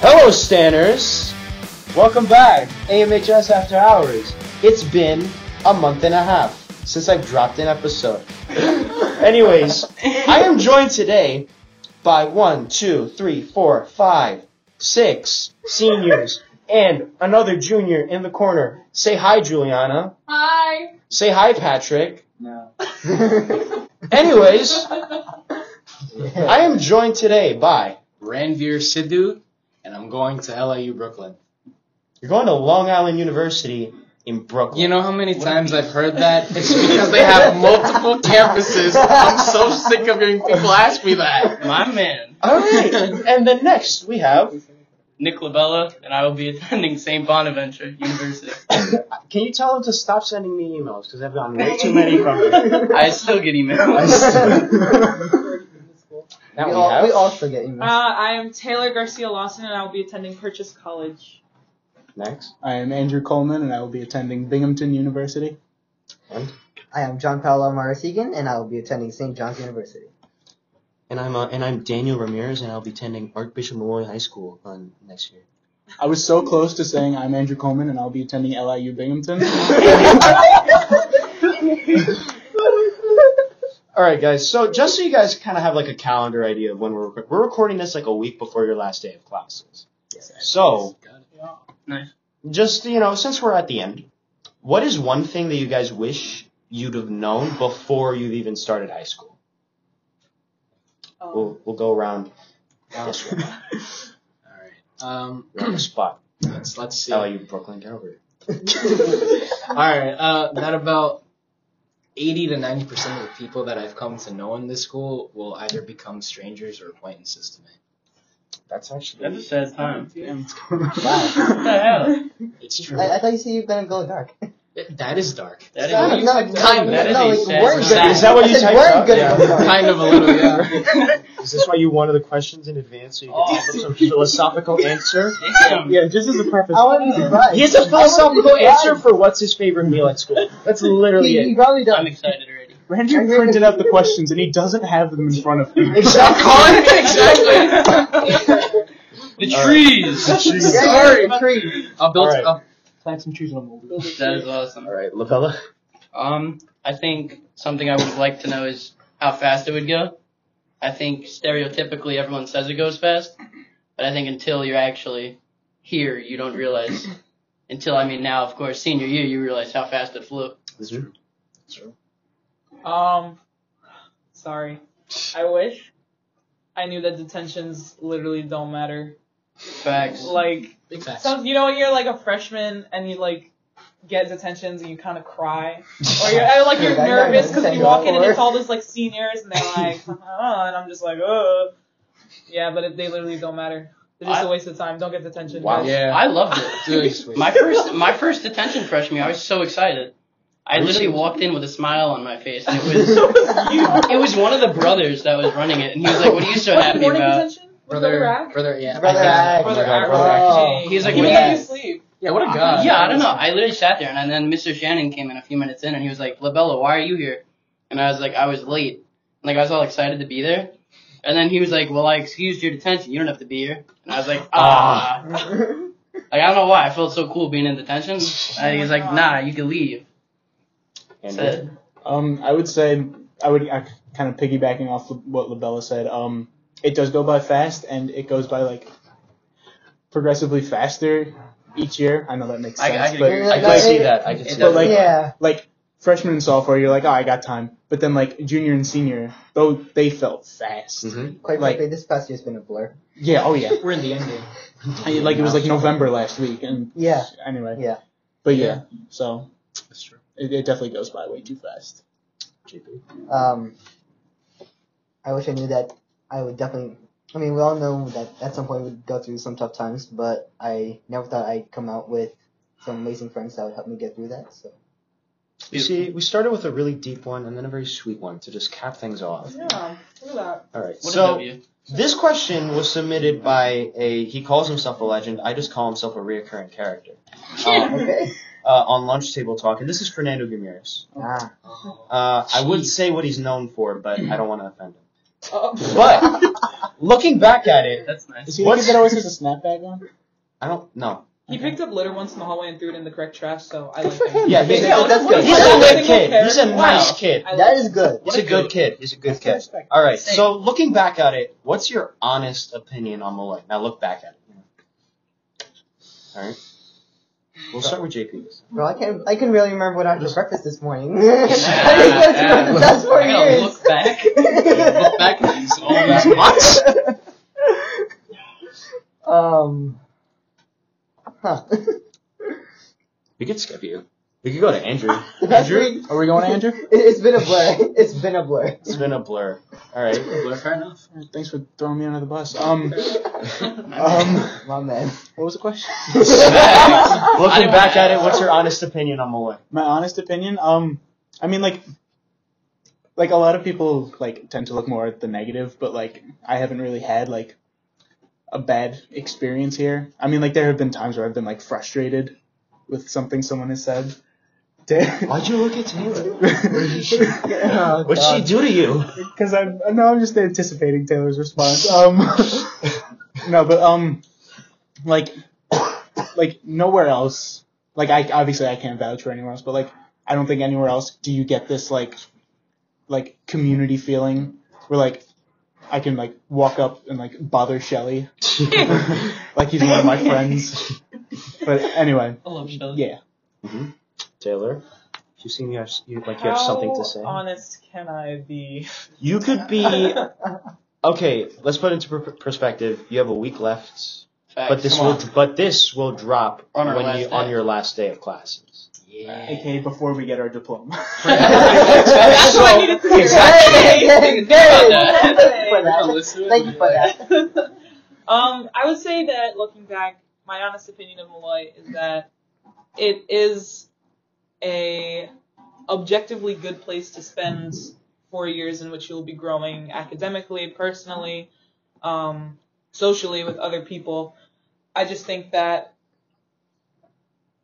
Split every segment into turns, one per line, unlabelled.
Hello, Stanners! Welcome back, AMHS After Hours. It's been a month and a half since I've dropped an episode. Anyways, I am joined today by one, two, three, four, five, six seniors and another junior in the corner. Say hi, Juliana.
Hi.
Say hi, Patrick.
No.
Anyways, I am joined today by.
Ranveer Sidhu, and I'm going to LIU Brooklyn.
You're going to Long Island University in Brooklyn.
You know how many times I've heard that? It's because they have multiple campuses. I'm so sick of hearing people ask me that. My man.
All right, and then next we have.
Nick Labella, and I will be attending St. Bonaventure University.
Can you tell them to stop sending me emails? Because I've gotten way too many from them.
I still get emails.
now we,
we, all,
have.
we all still get
Uh,
emails.
I am Taylor Garcia Lawson, and I will be attending Purchase College.
next.
I am Andrew Coleman, and I will be attending Binghamton University.
I am John Paolo Marasegan, and I will be attending St. John's University.
And I'm uh, and I'm Daniel Ramirez, and I'll be attending Archbishop Malloy High School on next year.
I was so close to saying I'm Andrew Coleman, and I'll be attending LIU Binghamton.
All right, guys. So just so you guys kind of have like a calendar idea of when we're recording, we're recording this like a week before your last day of classes. So
Nice.
just you know, since we're at the end, what is one thing that you guys wish you'd have known before you even started high school?
Oh.
We'll we'll go around this one.
Alright. Um,
You're on the spot.
let's, let's see.
LIU Brooklyn Calvary.
Alright, uh, that about 80 to 90% of the people that I've come to know in this school will either become strangers or acquaintances to me.
That's
That's a
actually.
sad time.
Wow.
What the hell?
It's true.
I, I thought you said you were going to go dark.
that is dark.
That is-
No, no,
kind of.
that is
no,
a
like,
sad
we're
sign.
good.
Is
that what
I
you
said,
typed
we're
up?
good.
Yeah.
kind of a little, yeah.
Is this why you wanted the questions in advance so you could
Oh.
have some philosophical answer?
Damn.
yeah, just as a preface.
I wouldn't be surprised.
He has a philosophical
Right.
answer for what's his favorite meal at school. That's literally
He, he
it.
probably
I'm
does.
excited already.
Andrew printed out the questions, and he doesn't have them in front of him.
Exactly.
The trees!
Sorry, tree.
I'll build.
Alright.
I'll-
Plant some trees on the mold.
That is awesome.
All right, Labella.
Um, I think something I would like to know is how fast it would go. I think stereotypically everyone says it goes fast, but I think until you're actually here, you don't realize. Until, I mean, now, of course, senior year, you realize how fast it flew.
That's true.
Um, sorry. I wish I knew that detentions literally don't matter.
Facts.
Like,
Big facts.
some, you know, when you're like a freshman and you like get detentions and you kind of cry, or you're or, like you're
Yeah, I know.
nervous because you walk in and
Or-
it's all those like seniors and they're like, oh, and I'm just like, oh, yeah, but it, they literally don't matter. They're just a waste of time. Don't get detention.
Wow.
guys.
Yeah.
I loved it.
Really sweet.
My first, my first detention freshman year, I was so excited. I
Really?
literally walked in with a smile on my face, and it was it was one of the brothers that was running it, and he was like, "What are you so
What's
happy
the morning
about?"
detention? What's the
brother,
rack?
brother, yeah.
Brother
I think-
Rack.
Brother
Brother
Rack.
Rack.
Oh.
He's like,
Where
"What
did
is
you sleep?
Yeah, what a
Uh,
god.
Yeah, I don't know. I literally sat there, and then Mr. Shannon came in a few minutes in, and he was like, "Labella, why are you here?" And I was like, "I was late." And, like I was all excited to be there, and then he was like, "Well, I excused your detention. You don't have to be here." And I was like, "Ah." Like I don't know why I felt so cool being in detention. And he's like, "Nah, you can leave."
Andrew.
Said,
Um, I would say I would I, kind of piggybacking off what Labella said. Um, it does go by fast, and it goes by like progressively faster each year. I know that makes
I- I
sense,
can
but
agree
with
I
that.
can see that. I can
It
see
does-
that.
like-
yeah.
like freshman and sophomore, you're like, oh, I got time. But then like junior and senior, though they felt fast.
Mhm.
Quite
Like-
frankly, this past year's been a blur.
Yeah. Oh yeah.
We're in the ending.
I- like it was like November last week, and
Yeah.
anyway.
Yeah.
But yeah, so
That's true.
it, it definitely goes by way too fast.
Um, I wish I knew that I would definitely. I mean, we all know that at some point we'd go through some tough times, but I never thought I'd come out with some amazing friends that would help me get through that. So
You see, we started with a really deep one and then a very sweet one to just cap things off.
Yeah, look at that.
All right.
"What a
so
W."
this question was submitted by a. He calls himself a legend. I just call himself a reoccurring character. Um,
okay.
uh, on lunch table talk, and this is Fernando Ramirez.
Oh.
ah.
Um,
Uh, I would say what he's known for, but I don't want to offend him.
Oh.
But Looking back at it,
That's nice.
Is he the
What's-
kid that always has a snapback on?
I don't know.
He
Okay.
picked up litter once in the hallway and threw it in the correct trash, so I
Good
like
for him.
him.
Yeah, he's,
Yeah, that's good.
he's a good kid. He's a nice kid.
I
That
like-
is good.
He's a good kid. He's a good
That's the
kid.
respect.
All right.
Same.
So looking back at it, what's your honest opinion on Malloy? Now look back at it. All right. We'll start with JP.
Bro, I can't. I can really remember what I had for breakfast this morning. I
yeah.
didn't go through the past four
I gotta
years.
look back. Look back at these all
these
these
months.
um. Huh.
We could skip you. We could go to Andrew.
The past three-
Are we going to Andrew?
It, it's been a blur. It's been a blur.
It's been a blur. All right.
Fair enough.
Thanks for throwing me under the bus. Um, um,
My man.
what was the question?
Looking back at it, what's your honest opinion on Malloy?
My honest opinion. Um, I mean, like, like a lot of people like tend to look more at the negative, but like I haven't really had like a bad experience here. I mean, like there have been times where I've been like frustrated with something someone has said.
Why'd you look at Taylor?
Oh,
What'd she
God.
do to you?
Because Uh, I'm no, I'm just anticipating Taylor's response. Um, no, but um, like, like nowhere else. Like I obviously I can't vouch for anywhere else, but like I don't think anywhere else do you get this like, like community feeling where like I can like walk up and like bother Shelly, like he's one of my friends. But anyway,
I love Shelly.
yeah.
Mm-hmm. Taylor, you seem you have, you, like you have something to say.
How honest can I be?
You could be okay. Let's put into per- perspective. You have a week left,
Facts.
but this
Come
will
on.
but this will drop
On our
when
last
you
day.
on your last day of classes.
Yeah.
AKA before we get our diploma.
That's what I needed to hear.
Exactly.
Hey, hey, hey, hey.
Hey.
Thank you for that.
um, I would say that looking back, my honest opinion of Malloy is that it is a objectively good place to spend four years in which you'll be growing academically, personally, um, socially with other people. I just think that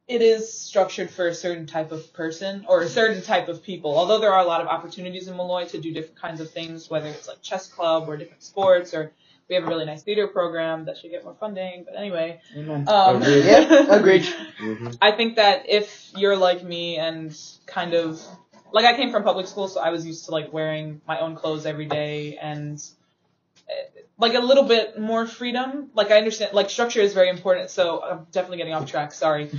it is structured for a certain type of person or a certain type of people. Although there are a lot of opportunities in Malloy to do different kinds of things, whether it's like chess club or different sports or we have a really nice theater program that should get more funding. But anyway,
Amen.
um,
Agreed.
Yeah, agreed.
Mm-hmm.
I think that if you're like me and kind of like I came from public school, so I was used to like wearing my own clothes every day and eh, like a little bit more freedom. Like I understand, like structure is very important. So I'm definitely getting off track. Sorry.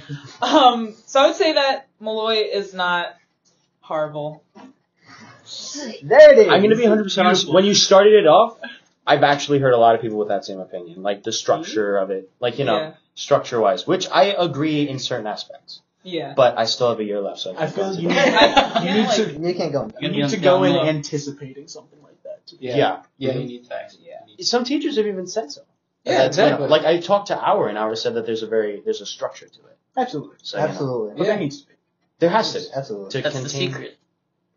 Um, so I would say that Malloy is not horrible.
There it is.
I'm gonna be 100 percent honest. When you started it off, I've actually heard a lot of people with that same opinion, like the structure of it, like you know,
Yeah.
structure wise, which I agree in certain aspects.
Yeah.
But I still have a year left, so
I feel you need,
I,
you
yeah,
need
like-
to
You can't go.
you
Gonna be
need
on
to
the
go in
down low.
anticipating something like that.
yeah.
Yeah, you need facts.
Yeah.
Some teachers have even said so.
Yeah,
That's it.
exactly.
Like I talked to Hour, and Hour said that there's a very there's a structure to it.
Absolutely.
So, you know,
Absolutely.
But that needs to be.
there has to be.
Absolutely.
to
That's the
contain-
secret.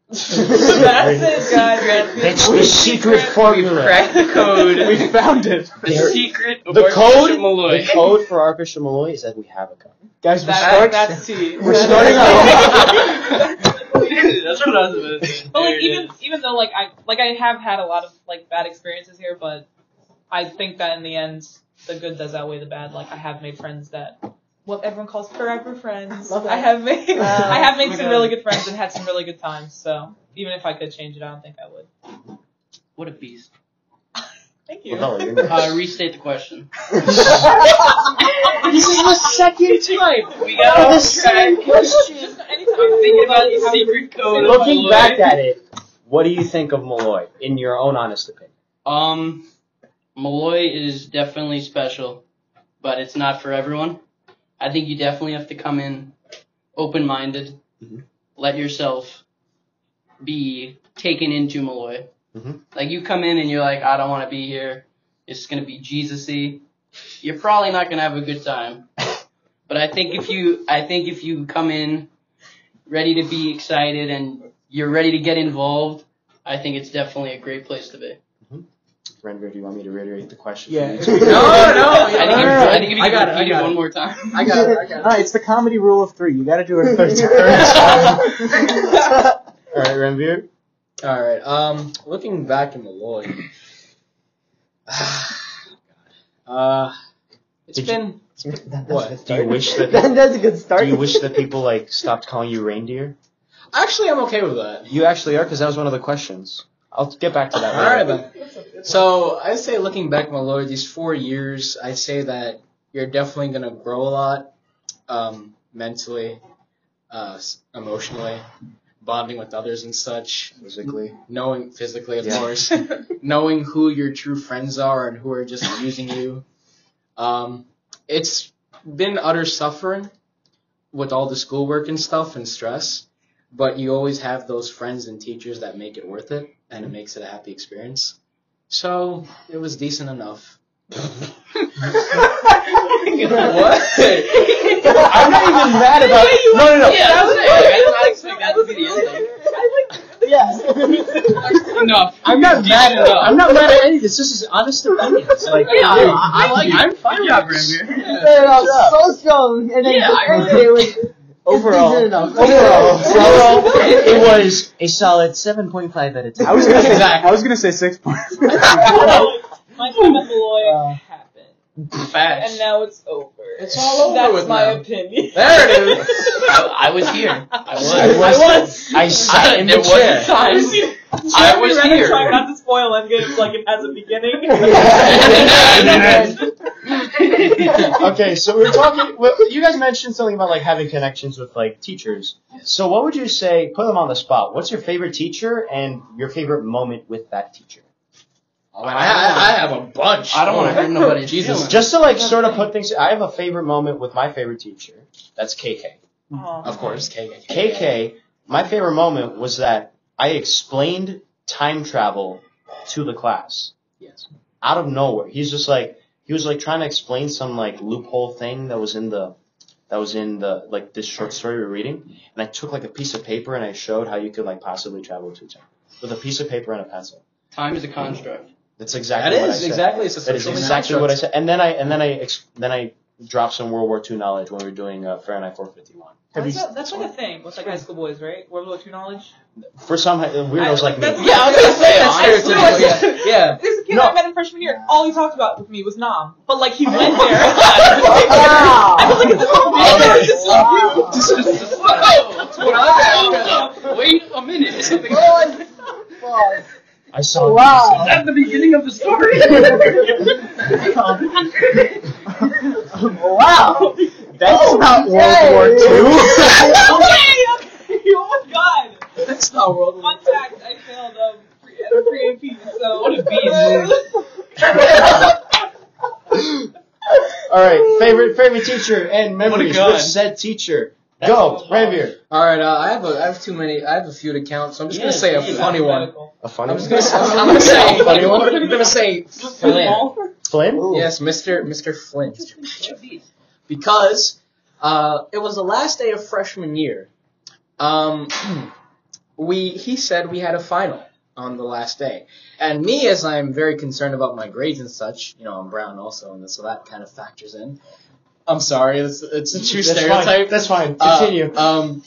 That's it, guys.
That's the secret formula.
Crack the code.
We found it.
The
There-
secret of
the
Archbishop
code-
Malloy.
The code for our Christian Malloy is that we have a code.
Guys, we
That,
start.
that's tea.
We're
That-
starting
That's what I was about to say.
But
There
like
it
even
is.
even though like I like I have had a lot of like bad experiences here, but I think that in the end the good does outweigh the bad. Like I have made friends that what everyone calls forever friends.
Love that.
I have made
Wow.
I have made
Oh my
some
God.
really good friends and had some really good times. So even if I could change it, I don't think I would.
What a beast.
Thank you.
Well, no, you're
Uh,
not.
restate the question.
this is the second time.
We got
Oh, the
off track.
same question.
Just anytime
I'm
I
thinking
think
about
about
the secret code. of
Looking
Malloy.
back at it, what do you think of Malloy in your own honest opinion?
Um, Malloy is definitely special, but it's not for everyone. I think you definitely have to come in open minded,
Mhm.
let yourself be taken into Malloy.
Mhm.
Like, you come in and you're like, I don't want to be here. It's going to be Jesus y. You're probably not going to have a good time. But I think if you, I think if you come in ready to be excited and you're ready to get involved, I think it's definitely a great place to be.
Renver, do you want me to reiterate the question?
Yeah.
For you?
I
No,
think,
no,
if-
no, no.
I think if you
I got
could
it, I
repeat it
got it.
one more time.
I got it, I got it.
No, it's the comedy rule of three. You got to do it third time.
All right, Renver.
All right. Um, looking back in the Lloyd, uh, it's
Did you-
been.
That- that's a
What?
Do
good
you
start.
wish that-
That- that's a good start.
Do you wish that people like stopped calling you reindeer?
Actually, I'm okay with that.
You actually are, because that was one of the questions. I'll get back to that.
All right,
later.
then. So I say, looking back, my lord, these four years, I say that you're definitely gonna grow a lot, um, mentally, uh, s- emotionally, bonding with others and such,
Physically.
knowing physically, of
Yeah.
course, knowing who your true friends are and who are just using you. Um, it's been utter suffering with all the schoolwork and stuff and stress, but you always have those friends and teachers that make it worth it, and it makes it a happy experience. So it was decent enough.
I'm not even mad about. No, no, no.
Yeah, I was like, I did not expect that to be the ending.
yeah.
Enough.
I'm not mad at.
enough.
I'm not mad at anything. It's just his honest opinions. Like,
Yeah, I,
dude,
I like. I'm fine with that,
Started off so strong, and then
Yeah, I
and it was
Overall,
decent enough.
Overall, overall, it was a solid 7.5 out of 10.
I was gonna say I
Exactly.
was gonna say six point.
my time at Malloy
Uh,
happened,
Facts.
and now it's over.
It's all over
That's
with
my
now.
opinion.
There it is.
I, I was here. I
I
was.
was.
was.
I sat in the
There was
chair.
times. I
Jeremy
was
Renner
here.
Trying not to spoil Endgame like it has a beginning.
okay, so we were talking. Well, you guys mentioned something about like having connections with like teachers. So, what would you say? Put them on the spot. What's your favorite teacher and your favorite moment with that teacher?
Oh, I, I, I have a bunch.
I don't want to hurt nobody's
Jesus.
feelings.
Just to like sort of put things. I have a favorite moment with my favorite teacher. That's KK.
Oh.
Of course, KK.
KK. My favorite moment was that I explained time travel to the class
Yes.
out of nowhere. He's just like he was like trying to explain some like loophole thing that was in the that was in the like this short story we're reading, and I took like a piece of paper and I showed how you could like possibly travel to time with a piece of paper and a pencil.
Time is a construct.
That's
That
exactly what I
is
said.
exactly. It's a
That is
social
exactly
construct.
what I said. And then I and then I ex- then I dropped some World War II knowledge when we were doing uh, Fahrenheit 451.
Have you-
That's, a, that's like a thing with like high school boys, right? World War II knowledge.
For some hi- weirdos
I-
like
that's-
me.
Yeah, I was gonna say that's
I
stereotypical.
just
Yeah. yeah.
This kid
No.
I met in freshman year, all he talked about with me was Nam, but like he went there.
Wow.
I was like, this whole video is just like you.
Wait a minute.
Pause.
I saw.
Wow.
At the beginning of the story.
Wow.
That's
Oh,
not World
yay.
War II.
okay, okay. Oh my god.
That's not World War
Fun fact, I failed um, pre, at a pre AP, so.
What a
beast.
All right, favorite favorite teacher and memories
god.
with said teacher. Go, Ravier.
All right. Uh, I have a, I have too many. I have a few to count, so I'm just gonna
Yeah,
say a
please.
funny one.
A funny
I'm just gonna say. I'm
one.
gonna say.
A funny
I'm
one.
gonna say. Flynn.
Flynn.
Yes, Mr. Mr. Flynn. because uh, it was the last day of freshman year. Um, we he said we had a final on the last day, and me as I'm very concerned about my grades and such, you know I'm brown also, and so that kind of factors in. I'm sorry, it's it's a true
That's
stereotype.
fine. That's fine.
Uh,
Continue.
um,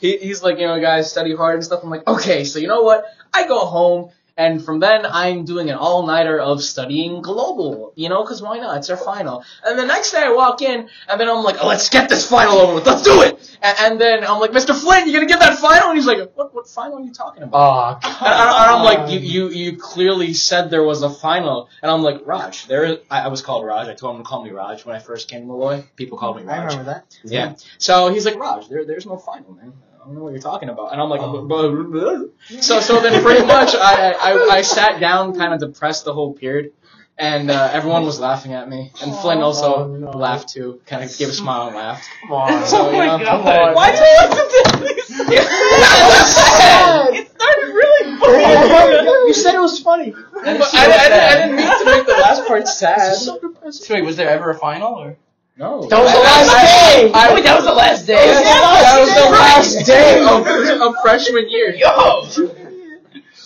he, he's like, you know, guys, study hard and stuff. I'm like, okay, so you know what? I go home, and from then I'm doing an all nighter of studying global, you know, because why not? It's our final. And the next day I walk in, and then I'm like, oh, let's get this final over with. Let's do it. And, and then I'm like, Mr. Flynn, you gonna get that final? And he's like, what? What final are you talking about?
Aw,
Oh,
And, and- and I'm like, you, you, you clearly said there was a final. And I'm like, Raj, there. Is, I, I was called Raj. I told him to call me Raj when I first came to Malloy. People called me Raj.
I remember that.
Yeah. So he's like, Raj, there, there's no final, man. I don't know what you're talking about. And I'm like,
Oh.
"Blah, blah, blah, blah." so so then pretty much I, I, I sat down kind of depressed the whole period. And uh, everyone was laughing at me. And Flynn also
Oh, no.
laughed too, kind of gave a smile and laughed.
come on.
So, you know,
God.
Oh Why'd you listen to this? It started really funny.
you said it was funny.
But I, I, didn't- I didn't mean to make the last part sad.
So wait, was there ever a final or?
No.
That was the last
I-
day.
I- I-
that was the last day.
that was the last day of, of freshman year.
Yo.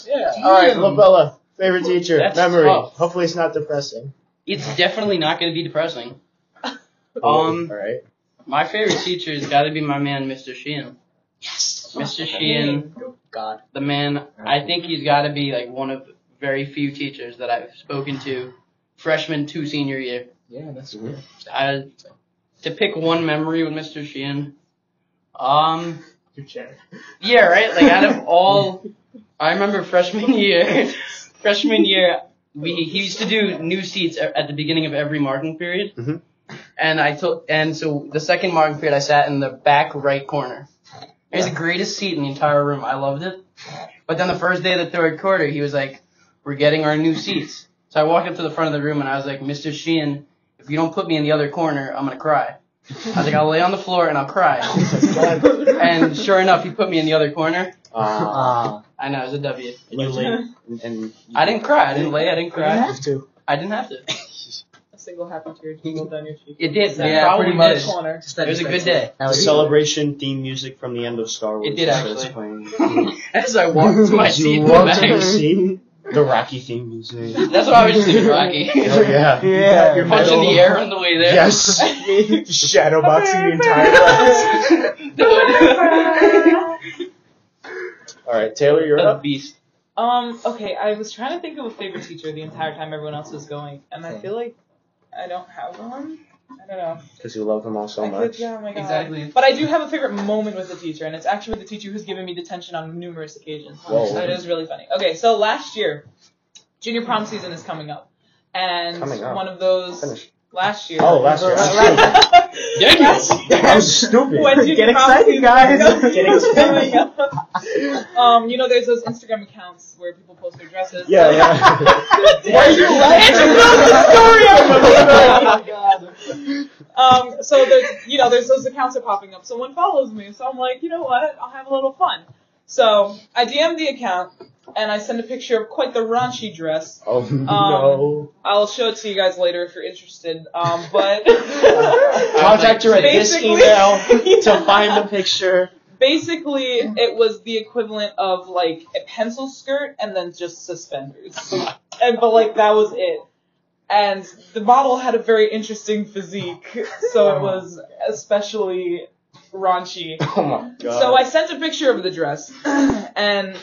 Yeah.
All right, Labella. Favorite teacher.
That's
Memory.
tough.
Hopefully, it's not depressing.
It's definitely not going to be depressing.
All
Oh.
Um,
right.
my favorite teacher's got to be my man, Mr. Sheehan.
Yes.
Mr. Sheehan,
God.
the man. I think he's got to be like one of very few teachers that I've spoken to freshman to senior year.
Yeah, that's
Mhm.
good.
I, to pick one memory with Mr. Sheehan, um,
Your chair.
yeah, right. Like out of all, I remember freshman year. freshman year, we he used to do new seats a- at the beginning of every marking period.
Mhm.
And I took and so the second marking period, I sat in the back right corner. It was the greatest seat in the entire room. I loved it. But then the first day of the third quarter, he was like, "We're getting our new seats." So I walked up to the front of the room and I was like, "Mr. Sheehan, if you don't put me in the other corner, I'm gonna cry." I was like, "I'll lay on the floor and I'll cry." And sure enough, he put me in the other corner.
Ah.
Uh,
I know, it was a W.
and you laid. And, and
I didn't cry. I didn't lay. I didn't
You didn't
cry.
have to.
I didn't have to.
A single happy tear jingled down your cheek.
It did.
That
Yeah,
probably
pretty much.
did. Corner.
It was a good day.
Now
The
it's-
celebration theme music from the end of Star Wars.
It did,
is what
actually.
it's playing.
As I walked to my seat,
you
in the
walked to
back.
the scene. The Rocky theme music.
that's why I was just doing Rocky.
Hell yeah.
Yeah.
Your
Punch in
metal.
the air on the way there.
Yes.
Shadow boxing the entire class.
Dude.
All right, Taylor, you're
What a
up.
beast.
Um, okay, I was trying to think of a favorite teacher the entire time everyone else was going, and I
Same.
feel like I don't have one. I don't know.
Because you love them all so
I
much.
Could, yeah, oh my god.
Exactly.
But I do have a favorite moment with the teacher, and it's actually the teacher who's given me detention on numerous occasions.
Whoa.
So it is really funny. Okay, so last year, junior prom season is coming up, and
Coming up.
one of those
Finish.
last year.
Oh, last year. I'm
Last-
Dang
stupid. I'm stupid.
when junior
Get
prom
excited,
season
guys.
is
Get
coming
excited.
up. Um, you know, there's those Instagram accounts where people post their dresses.
Yeah, yeah.
Why are you laughing?
It's another story I'm
Oh
remembering.
my god.
Um, so there's, you know, there's those accounts are popping up. Someone follows me, so I'm like, you know what? I'll have a little fun. So I DM the account and I send a picture of quite the raunchy dress.
oh
Um,
no.
I'll show it to you guys later if you're interested. Um, but
Contact her at this
Basically-
email to find the picture.
basically, it was the equivalent of like a pencil skirt and then just suspenders, and but like that was it. And the model had a very interesting physique, so it was especially raunchy.
Oh my god.
So I sent a picture of the dress, and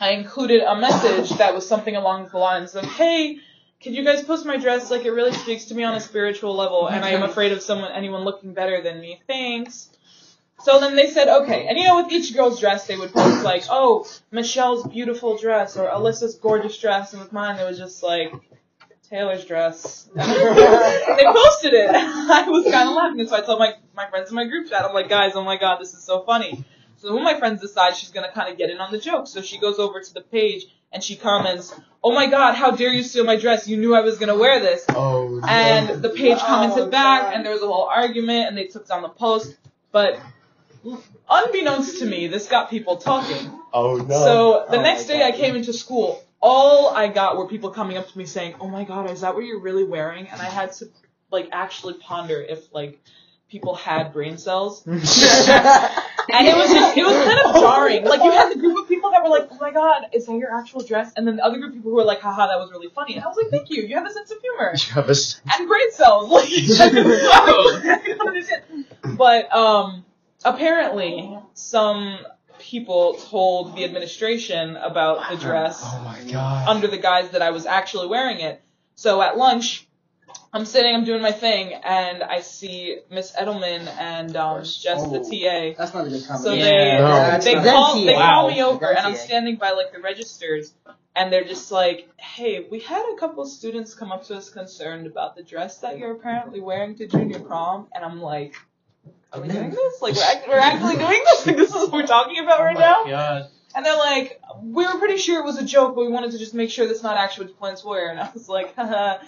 I included a message that was something along the lines of, "Hey, can you guys post my dress? Like it really speaks to me on a spiritual level, and I am afraid of someone, anyone looking better than me. Thanks." So then they said, "Okay," and you know, with each girl's dress, they would post like, "Oh, Michelle's beautiful dress," or "Alyssa's gorgeous dress," and with mine, it was just like. Taylor's dress. And they posted it. I was kind of laughing, so I told my my friends in my group chat. I'm like, guys, oh my god, this is so funny. So one of my friends decides she's gonna kind of get in on the joke. So she goes over to the page and she comments, "Oh my god, how dare you steal my dress? You knew I was gonna wear this."
Oh.
And the page commented
Oh,
back,
God.
and there was a whole argument, and they took down the post. But unbeknownst to me, this got people talking.
Oh no.
So the
Oh
next
my
day I
God.
came into school, all I got were people coming up to me saying, "Oh my god, is that what you're really wearing?" And I had to like actually ponder if like people had brain cells. And it was just it was kind of jarring. Like you had the group of people that were like, "Oh my god, is that your actual dress?" And then the other group of people who were like, "Haha, that was really funny." And I was like, "Thank you. You have a sense of humor."
Travis.
and brain cells. Like, I don't understand. but um, apparently, some people told the administration about the dress
Oh my god.
under the guise that I was actually wearing it. So at lunch, I'm sitting, I'm doing my thing, and I see Miss Edelman and um, Jess,
Oh.
the
That's not a good
TA.
comment.
So
Yeah.
they
No.
That's
they
not-
call they
Wow.
call me over and I'm
That's-
standing by like the registers and they're just like, Hey, we had a couple students come up to us concerned about the dress that you're apparently wearing to junior prom and I'm like, Are we doing this? Like we're, act- we're actually doing this? Like this is what we're talking about right now?
God.
And they're like, We were pretty sure it was a joke, but we wanted to just make sure that's not actually what the plans were and I was like, Haha,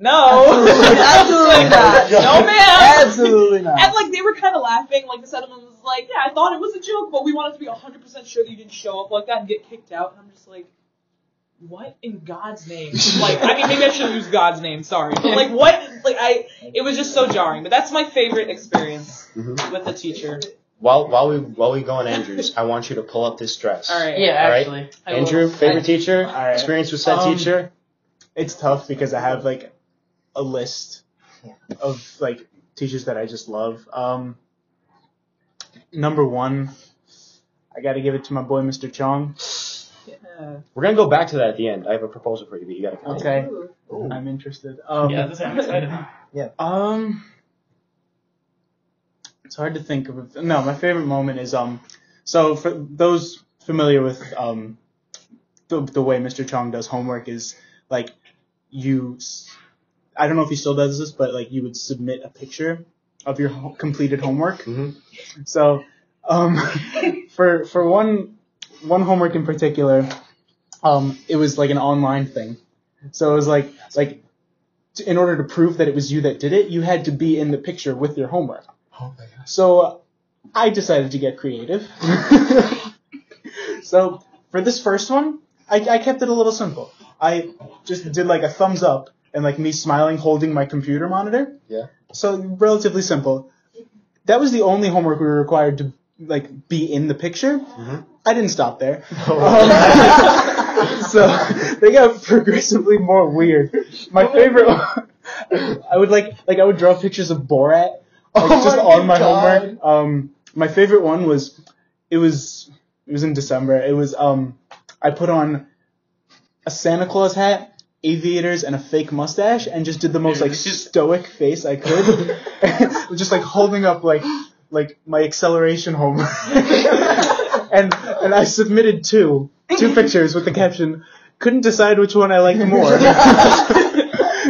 No
Absolutely not.
No ma'am
Absolutely not.
and like they were kind of laughing, like the sentiment was like, yeah, I thought it was a joke, but we wanted to be 100% sure that you didn't show up like that and get kicked out. And I'm just like, what in God's name? Like, I mean, maybe I should use God's name, sorry. But like, what? Like, I, it was just so jarring. But that's my favorite experience
Mhm.
with the teacher.
While while we while we go on Andrews, I want you to pull up this dress.
All right.
Yeah, actually. I will.
Andrew, favorite teacher,
All right.
experience with said
Um,
teacher.
It's tough because I have like a list
Yeah.
of like teachers that I just love. Um, number one, I got to give it to my boy Mr. Chong.
Yeah. Yeah.
We're gonna go back to that at the end. I have a proposal for you, but you gotta. Continue.
Okay.
Ooh.
Ooh.
I'm interested. Um,
Yeah, this I'm excited.
Um, it's hard to think of. No, my favorite moment is um. So for those familiar with um, the the way Mr. Chong does homework is like you. s- I don't know if he still does this, but like you would submit a picture of your ho- completed homework.
Mhm.
So, um, for for one one homework in particular, um, it was like an online thing. So it was like like to- in order to prove that it was you that did it, you had to be in the picture with your homework.
Oh my god.
So uh, I decided to get creative. so for this first one, I, I kept it a little simple. I just did like a thumbs up and like me smiling holding my computer monitor.
Yeah.
So relatively simple. That was the only homework we were required to like be in the picture.
Mhm.
I didn't stop there. Um,
Oh.
so they got progressively more weird. My favorite, I would like like I would draw pictures of Borat, like
Oh
just
my
on my
God.
homework. Um, my favorite one was, it was it was in December. It was um, I put on a Santa Claus hat. Aviators and a fake mustache, and just did the most like stoic face I could, just like holding up like like my acceleration homework, and and I submitted two two pictures with the caption couldn't decide which one I liked more.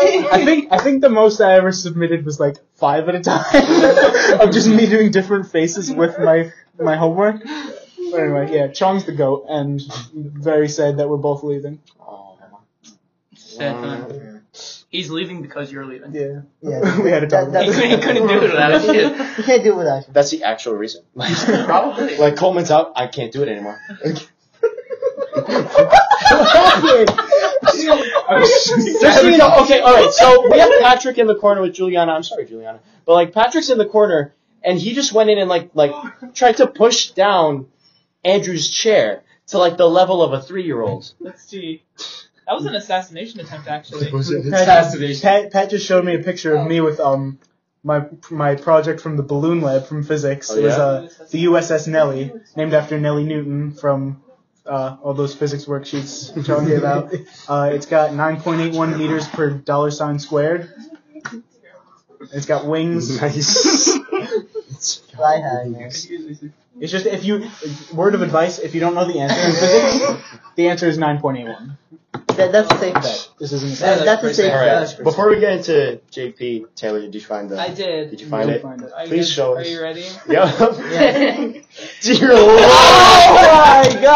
Oh.
I think I think the most I ever submitted was like five at a time of just me doing different faces with my my homework. But anyway, yeah, Chong's the goat, and very sad that we're both leaving.
Sad time. He's leaving because you're leaving.
Yeah,
Yeah.
we had a
That-
talk.
that-
He couldn't- he couldn't do it without you.
You can't do it without him.
That's the actual reason.
Probably.
Like Coleman's out, I can't do it anymore.
Oh,
Just so you know, okay, all right. So we have Patrick in the corner with Juliana. I'm sorry, Juliana, but like Patrick's in the corner, and he just went in and like like tried to push down Andrew's chair to like the level of a three year old.
Let's see. That was an assassination attempt, actually.
Pat, Pat, Pat just showed me a picture of me with um my my project from the balloon lab from physics.
Oh,
it was
yeah?
uh, the USS Nellie, named after Nellie Newton from uh, all those physics worksheets John gave out. Uh, it's got 9.81 meters per dollar sign squared. It's got wings.
Nice.
Fly high, man.
It's just if you word of advice if you don't know the answer in physics, the answer is 9.81.
That, that's a safe bet.
This isn't.
That, that's a safe
All
bet.
right. Before we get into JP Taylor, did you find the?
I did.
Did you find it?
Find it.
Are you
Please
guys-
show
Are
us.
you ready?
Yep.
Yeah.
Dear
Oh
Lord.
my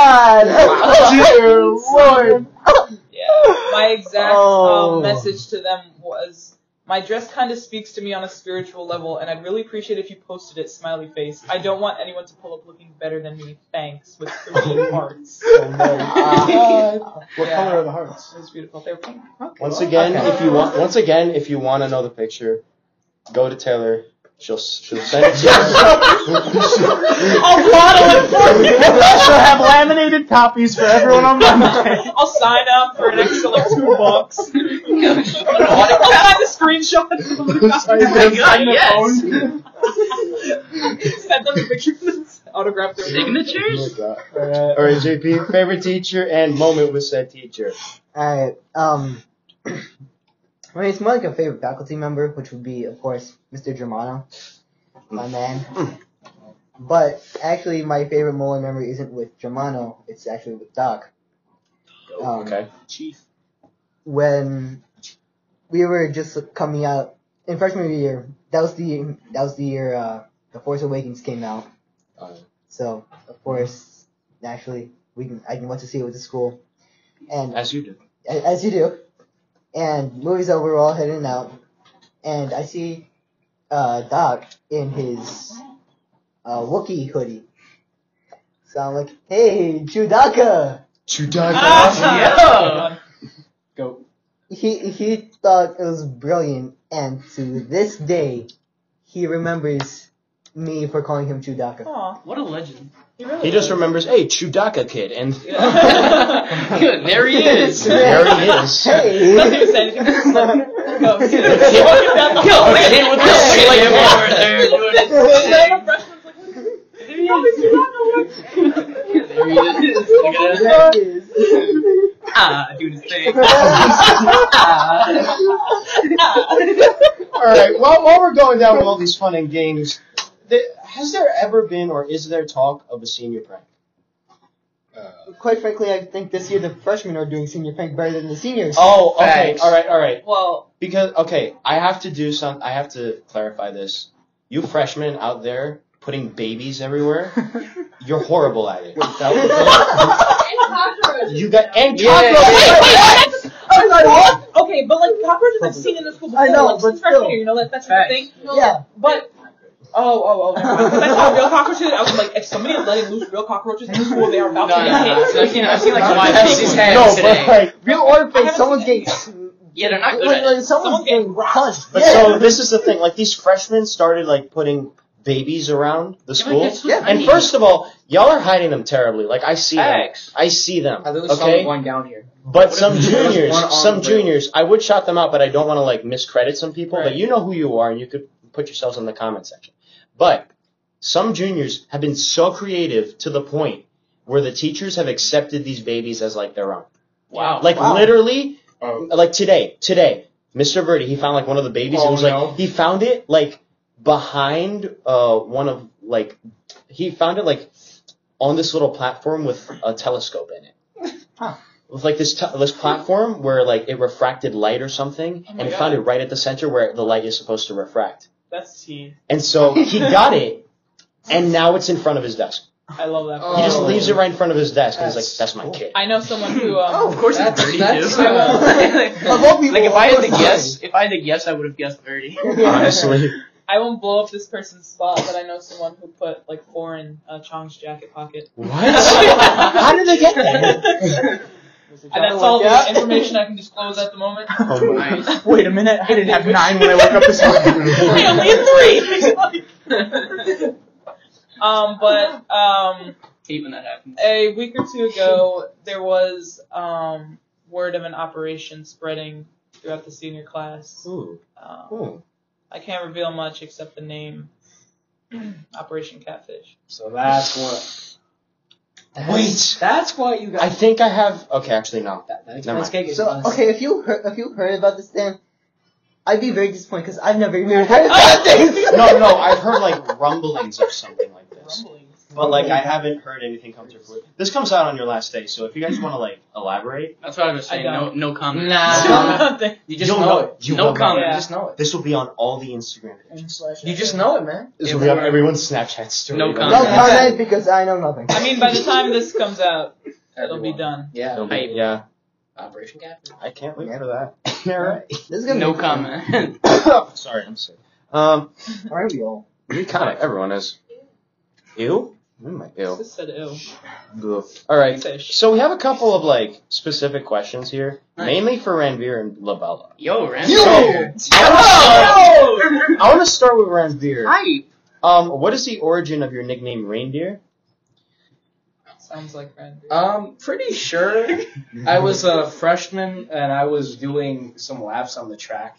god!
Dear Lord.
Yeah. My exact
Oh.
um, message to them was, my dress kind of speaks to me on a spiritual level, and I'd really appreciate if you posted it, smiley face. I don't want anyone to pull up looking better than me. Thanks, with three hearts.
Oh, no. what
Yeah.
color are the hearts?
It was beautiful. They were pink.
Once again,
Okay.
if you want, once again, if you want to know the picture, go to Taylor. She'll she'll send it to you.
she'll have laminated copies for everyone on Monday.
I'll sign up for an extra like two bucks. I'll sign
Oh
the screenshot. Oh
my God, yes.
Send them a picture of this autograph.
Signatures?
Oh All right, JP, favorite teacher and moment with said teacher.
Alright, um. I mean, it's more like a favorite faculty member, which would be, of course, Mr. Germano, my man. But actually, my favorite Mullen memory isn't with Germano, it's actually with Doc. Um,
Oh, Okay.
Chief.
when we were just coming out in freshman year. That was the that was the year uh, the Force Awakens came out.
Oh.
So of course, naturally, we can, I went to see it with the school, and
As you do.
a- as you do, and movies that we're all heading out, and I see uh, Doc in his uh, Wookiee hoodie. So I'm like, hey, Chewbacca!
Ah,
Go.
he he thought it was brilliant, and to this day, he remembers me for calling him Chewbacca.
Aw,
What a legend.
he really
He just
is.
remembers, hey, Chewbacca kid, and
Good, there he is.
there he is.
Hey,
Nothing to say. Anything. Just like, go. Walking down the
Yo,
hall.
wait, hey, what's up?
Hey,
Like,
hey,
over there doing
Random freshman's like, "What is- there he is."
There he is. Look at him. Ah, doing his thing. Ah.
All right. Well, while we're going down with all these fun and games, th has there ever been or is there talk of a senior prank?
Quite frankly, I think this year the freshmen are doing senior prank better than the seniors.
Oh, okay.
Thanks.
All right. All right.
Well,
Because okay, I have to do some. I have to clarify this. You freshmen out there putting babies everywhere, you're horrible at it. That was- you got and
Yeah.
cockroaches.
I was like, what?
okay, but like cockroaches I've seen in the school before.
I know,
like,
but
since freshman
still.
year, you know, like that's your
Facts.
thing.
Yeah.
But oh, oh, oh, never mind. 'Cause I saw real cockroaches. I was like, if somebody is letting loose real cockroaches in the school, they are
No,
about
no,
to get
no.
hit.
So I've seen, I've seen like
Not
one
that's
big
his
one
head
No,
today.
but like,
Real or
I haven't
fake, someone
seen
gets.
yeah, they're not
Like,
good at it.
like, someone's
Someone
getting
getting
crushed.
But
yeah.
so this is the thing. Like these freshmen started like putting babies around the
Yeah, but
school.
they're so
Yeah, and
And
tiny.
first of all, y'all are hiding them terribly. Like I see them.
Facts.
I see them.
I literally
Okay.
saw one down here.
But
What
some
if there was
juniors,
one on
some
the rail?
juniors, I would shout them out, but I don't want to like miscredit some people. But
Right.
you know who you are, and you could put yourselves in the comment section. But some juniors have been so creative to the point where the teachers have accepted these babies as like their own.
Wow.
Like
Wow.
literally,
Oh.
like today, today, Mr. Verdi, he found like one of the babies. it
Oh,
was
no.
like he found it like behind uh one of like he found it like on this little platform with a telescope in it.
Huh.
With like this te- this platform where like it refracted light or something,
Oh my
and he
God.
found it right at the center where the light is supposed to refract.
That's tea.
And so he got it, and now it's in front of his desk.
I love that.
He just
Oh.
leaves it right in front of his desk, and he's like,
That's
"That's my
cool.
kid."
I know someone who. Um,
Oh,
of course it's
That's-
dirty,
that's,
dude.
uh,
Of all people,
uh, like if I had to
of all
guess,
time.
if I had to guess, I would have guessed dirty.
Honestly,
I won't blow up this person's spot, but I know someone who put like four in uh, Chong's jacket pocket.
what? How did they get that?
And that's
Something
all
like
the
that.
information I can disclose at the moment.
Oh my-
Nice.
Wait a minute, I didn't have nine when I woke up this morning.
I only had three. um, but um,
Hate when that happens.
a week or two ago, there was um word of an operation spreading throughout the senior class.
Ooh,
Um,
ooh.
I can't reveal much except the name, Operation Catfish.
So that's what.
Wait,
that's why you
I
guys.
think I have. Okay, actually, no. Never mind.
So okay, if you heard, if you heard about this then I'd be very disappointed because I've never even heard about this.
No, no, I've heard like rumblings of something like this.
Rumblings.
But like I haven't heard anything come to fruition. This comes out on your last day, so if you guys want to like elaborate,
That's what I was saying.
I
No,
don't.
no comment.
Nah. You just
You'll
know,
know
it.
it. You
no
will know
comment.
it.
You just know it.
this will be on all the Instagram pages.
You just know it, man.
This will be on everyone's Snapchat story.
No
No
comment.
comment because I know nothing.
I mean, by the time this comes out, it'll be
Everyone.
done.
Yeah.
It'll be- Yeah,
Operation Gap.
I can't wait for that. All right.
this is gonna
No
be
comment.
Sorry, I'm sorry. Um,
Aren't we all?
we kind of everyone is. Ew. Mm, my ew.
Just said ew.
Ugh. All right.
Fish.
So we have a couple of like specific questions here,
Nice.
mainly for Ranveer and Labella.
Yo, Ren.
Yo!
Hello!
I want to start with Ranveer.
Hi.
Um, what is the origin of your nickname Reindeer?
Sounds like Randy.
Um, pretty sure. I was a freshman and I was doing some laps on the track.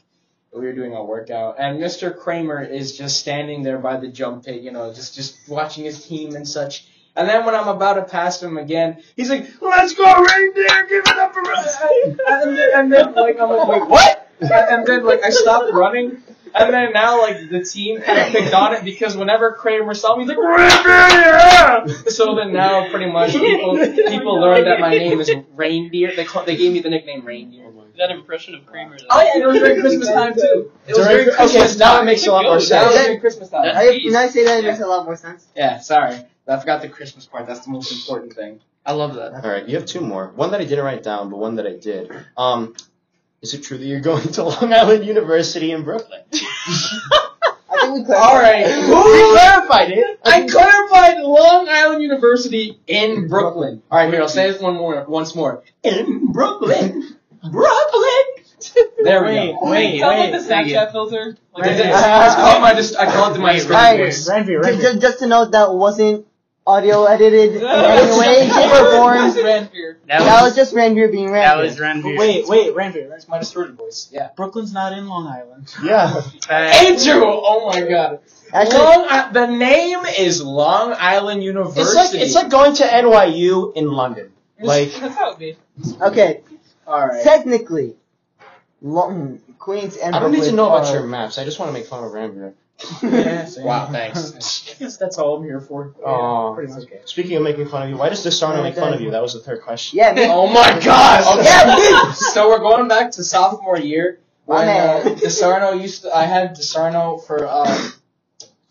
We were doing a workout, and Mr. Kramer is just standing there by the jump pit, you know, just just watching his team and such. And then when I'm about to pass him again, he's like, "Let's go, reindeer! Give it up for us!" And then, and then like I'm like, "Wait, what?" And, and then like I stopped running, and then now like the team kind of picked on it because whenever Kramer saw me, he's like, "Reindeer!" yeah!" So then now pretty much people people learned that my name is Reindeer. They call, they gave me the nickname Reindeer.
That impression of Kramer. though.
Oh yeah, it was during Christmas time too. It was during
okay,
Christmas
now it
time.
makes a lot more
Good.
That
sense.
was during Christmas time.
That's
I,
deep.
when I say that, it makes a lot more sense.
Yeah, sorry, I forgot the Christmas part. That's the most important thing.
I love that.
All right, you have two more. One that I didn't write down, but one that I did. Um, is it true that you're going to Long Island University in Brooklyn?
I think we clarified.
All right,
You clarified it.
I clarified Long Island University in Brooklyn. All right, here I'll say this one more once more.
in Brooklyn.
Brooklyn. There we
Wait,
go.
Wait,
wait,
sounds like
wait.
the Snapchat filter. Like,
I
Right.
did- I called Oh, my dis- I called it my
Right.
disguise.
Ranveer,
Ju- ju- Just, to note that wasn't audio edited in
Yeah.
any way, shape, or form.
Ranveer.
That, was, just Ranveer being Ranveer.
that was
But
Ranveer.
wait, wait, Ranveer. That's my distorted voice. Yeah, Brooklyn's not in Long Island.
Yeah.
Uh,
Andrew, oh my god.
Actually,
Long I- the name is Long Island University.
It's like it's like going to NYU in London. Like
that's how it be.
okay,
all right.
technically, Long, Queens and
I don't need to
Brooklyn Uh,
know about
are-
your maps. I just want to make fun of Rambeer.
Yeah, same.
Wow, thanks.
I guess that's all I'm here for.
Aw.
pretty much.
Speaking of making fun of you, why does Desarno make fun of you? That was the third question.
Yeah, me.
oh my gosh.
Okay.
Yeah, me.
so we're going back to sophomore year
My
when uh,
man.
Desarno used to, I had Desarno for uh,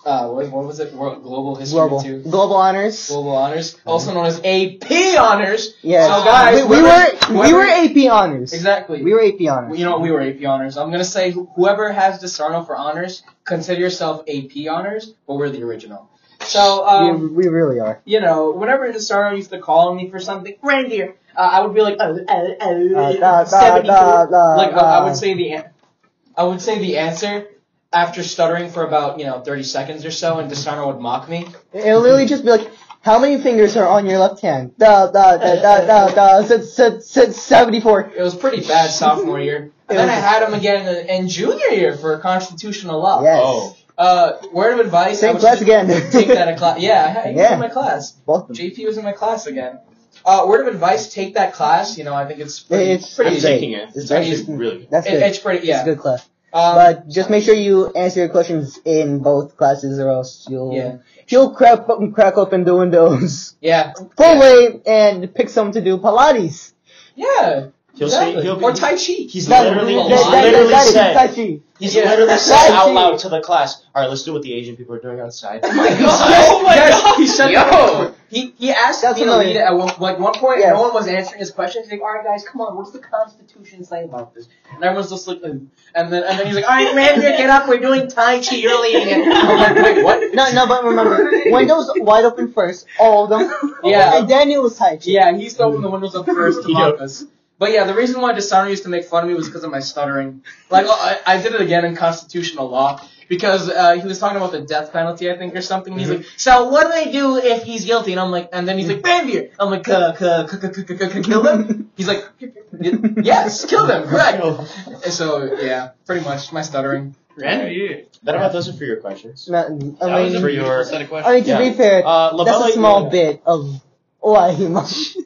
uh, what, what was it? World Global History
Global.
too.
Global honors.
Global Honors, also known as AP Honors.
Yes.
So guys,
we, we were
whoever-
we were
whoever-
AP honors.
Exactly.
We were AP honors.
you know, we were AP honors. I'm gonna say wh- whoever has Desarno for honors, consider yourself AP honors, but we're the original. So, um,
we, we really are.
you know, whenever Desarno used to call me for something, reindeer, uh, I would be like, oh, oh, oh,
Uh, da, da,
72.
da, da,
like
da.
I, I would say the, an- I would say the answer after stuttering for about you know 30 seconds or so, and Desarno would mock me.
It'll literally just be like, how many fingers are on your left hand? Da da da da da da. se- se- se- Seventy-four.
It was pretty bad sophomore year. And then I had him again in, in junior year for constitutional law.
Yes.
Oh.
Uh, word of advice. I
Same
would
class
just-
again.
take that a class. Yeah, I had- he was
Yeah.
in my class.
Both of them.
JP was in my class again. Uh, word of advice: take that class. You know, I think it's pretty.
It's
pretty
I'm
easy.
taking
it.
It's actually actually
really good.
That's
It-
good.
it's pretty.
It's
Yeah.
a good class.
Um,
but just make sure you answer your questions in both classes, or else you'll
Yeah.
you'll crack open, crack open the windows,
yeah.
pull
Yeah.
away, and pick someone to do Pilates.
Yeah.
He'll
exactly.
say he'll be
or Tai Chi.
he's
That-
literally
that-
he's
that-
literally
that is
said
touchy.
he's
Yeah.
literally said
That's
out
it.
loud to the class. All right, let's do what the Asian people are doing outside.
Oh my god!
Oh my
Yes,
God.
He said
Yo.
He he asked
That's
me to
annoying.
lead it at one, like one point,
Yeah.
and no one was answering his question. He's like, "All right, guys, come on, what's the Constitution say about this?" And everyone's just like, "Ooh." and then and then he's like, "All right, man, here, get up, we're doing Tai Chi, you're leading it." I'm like, "Wait, what?"
No, no, but remember, windows wide open first, all of them.
Yeah.
And then it was Tai Chi.
Yeah, he still
Hmm.
opened the windows up first to
Yep.
mock us. But yeah, the reason why Desano used to make fun of me was because of my stuttering. Like, I, I did it again in constitutional law because uh, he was talking about the death penalty, I think, or something. And
Mm-hmm.
he's like, "So what do they do if he's guilty?" And I'm like, and then he's like, "Bambier." I'm like, "Cuh, cuh, cuh, cuh, cuh, cuh, cuh, cuh, "Kill them." He's like, "Yes, kill them." Correct. And so yeah, pretty much my stuttering.
Randy.
That about does it for your questions.
No,
That
I
was a
mean,
pretty-
beautiful
your-
set of questions.
I mean to be fair,
Uh,
that's
Labella,
a small
you-
bit of why he must.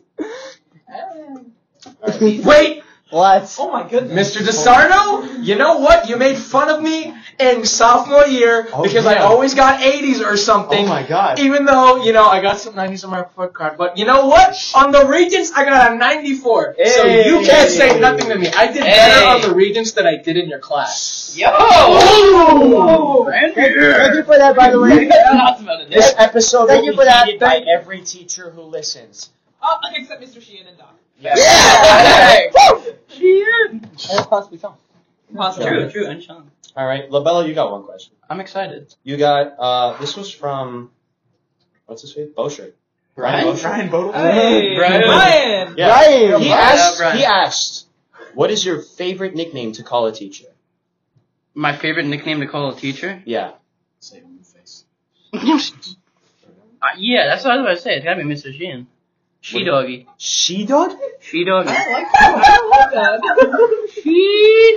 Wait,
What?
Oh my goodness.
Mr. DeSarno, you know what? You made fun of me in sophomore year
Oh,
because I
yeah.
always got 80s or something.
Oh my god.
Even though, you know, I got some 90s on my report card. But you know what? On the Regents, I got a 94. so
Hey.
you can't say nothing to me. I did
Hey.
better on the Regents than I did in your class.
Yo. Oh,
Thank you
Randy.
for that, by the way.
That's about it.
This episode
Thank
will
you
be
for that.
hated by
Thank
every teacher who listens.
Uh, except Mr. Sheehan and Doc.
Yeah.
That's possibly something.
Possibly.
True, true, and Sean.
All right, Labella, you got one question.
I'm excited.
You got uh, this was from what's his name? Bosher. Brian
Brian?
Bosher.
Brian Bodle.
Hey,
Brian.
Brian.
Yeah.
Brian.
He
Yeah,
asked.
Brian.
He asked, "What is your favorite nickname to call a teacher?"
My favorite nickname to call a teacher?
Yeah.
Say it in the face.
uh, yeah, that's what I was about to say. It's gotta be Mr. Sheehan. She doggy.
She dog.
She doggy.
I don't like that.
She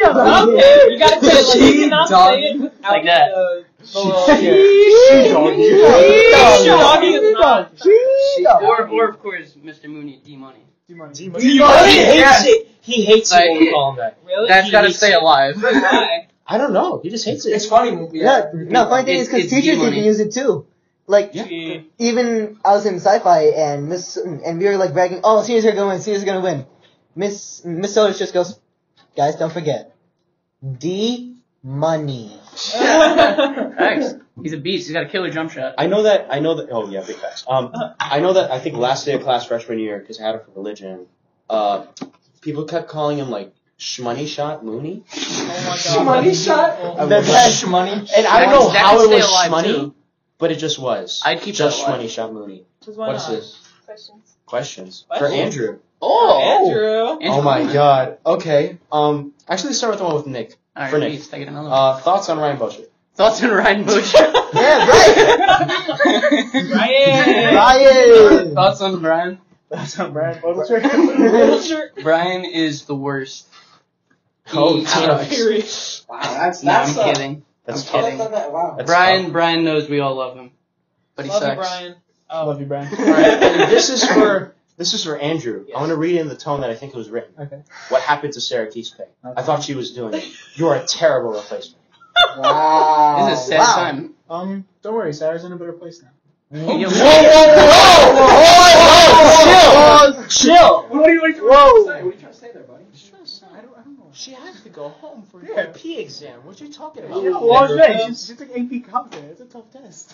Love
doggy.
it. You gotta say it like you
She
cannot
dog.
say it out
Like that.
The, the little-
She
She
She
dog.
dog is not.
She dog.
Or, or of course, Mr. Mooney, D Money.
He hates
Yes.
it. He hates it when we
Like-
call him that.
Really?
That's gotta
Jeez.
stay alive.
Why?
I don't know. He just hates it.
It's funny. movie.
No, no, funny thing is
It's-
because
it's
teachers
D-money.
even use it too. Like, even I was in sci-fi and Miss and we were like bragging, "Oh, Caesar's gonna win, Caesar's gonna win." Miss Miss Sellers just goes, "Guys, don't forget, D money."
Thanks. He's a beast. He's got a killer jump shot.
I know that. I know that. Oh yeah, big facts. Um, I know that. I think last day of class freshman year because I had it for religion. Uh, people kept calling him like Shmoney Shot Mooney,
Oh my god.
Shmoney shot.
The best
money.
and I don't
That
know
could- that
how
could
it
stay
was
alive,
Shmoney,
too.
but it just was.
I'd keep
just
that alive.
Shmoney Shot Mooney.
Why
What's
not?
this?
Questions.
Questions for
Questions?
Andrew.
Oh,
Andrew.
Oh my God. Okay. Um, actually, let's start with the one with Nick.
Alright,
for Nick.
beast. I get another one.
Uh, thoughts on Ryan Bosher?
Thoughts on Ryan Boucher?
Yeah, right.
Brian.
Brian.
Thoughts on Ryan?
That's not Brian Littleshire.
Little shirt.
Brian is the worst.
Oh,
He-
damn.
out of-
Fury.
Wow, that's
No,
that's
I'm
uh,
kidding.
That's
I'm
oh,
kidding.
that's not that- Wow.
That's
Brian, Brian knows we all love him, but he
Love you,
sucks.
Brian.
Love
Oh.
you, Brian.
Alright, this is for this is for Andrew.
Yes.
I want to read in the tone that I think it was written.
Okay.
What happened to Sarah Keesping? I
Okay.
thought she was doing it. You are a terrible replacement.
Wow.
This is a sad
wow.
time.
Um, don't worry, Sarah's in a better place now.
Yeah,
Whoa, whoa, whoa, whoa, whoa, whoa, whoa, chill, chill.
What are you, what are you
Whoa.
trying to say? What are you trying to say there, buddy?
I don't, I don't know.
She has to go home for
her Yeah.
P exam. What are you talking
She had a
long
long
Never.
day.
day.
She,
She-
took AP comp there. It's a tough test.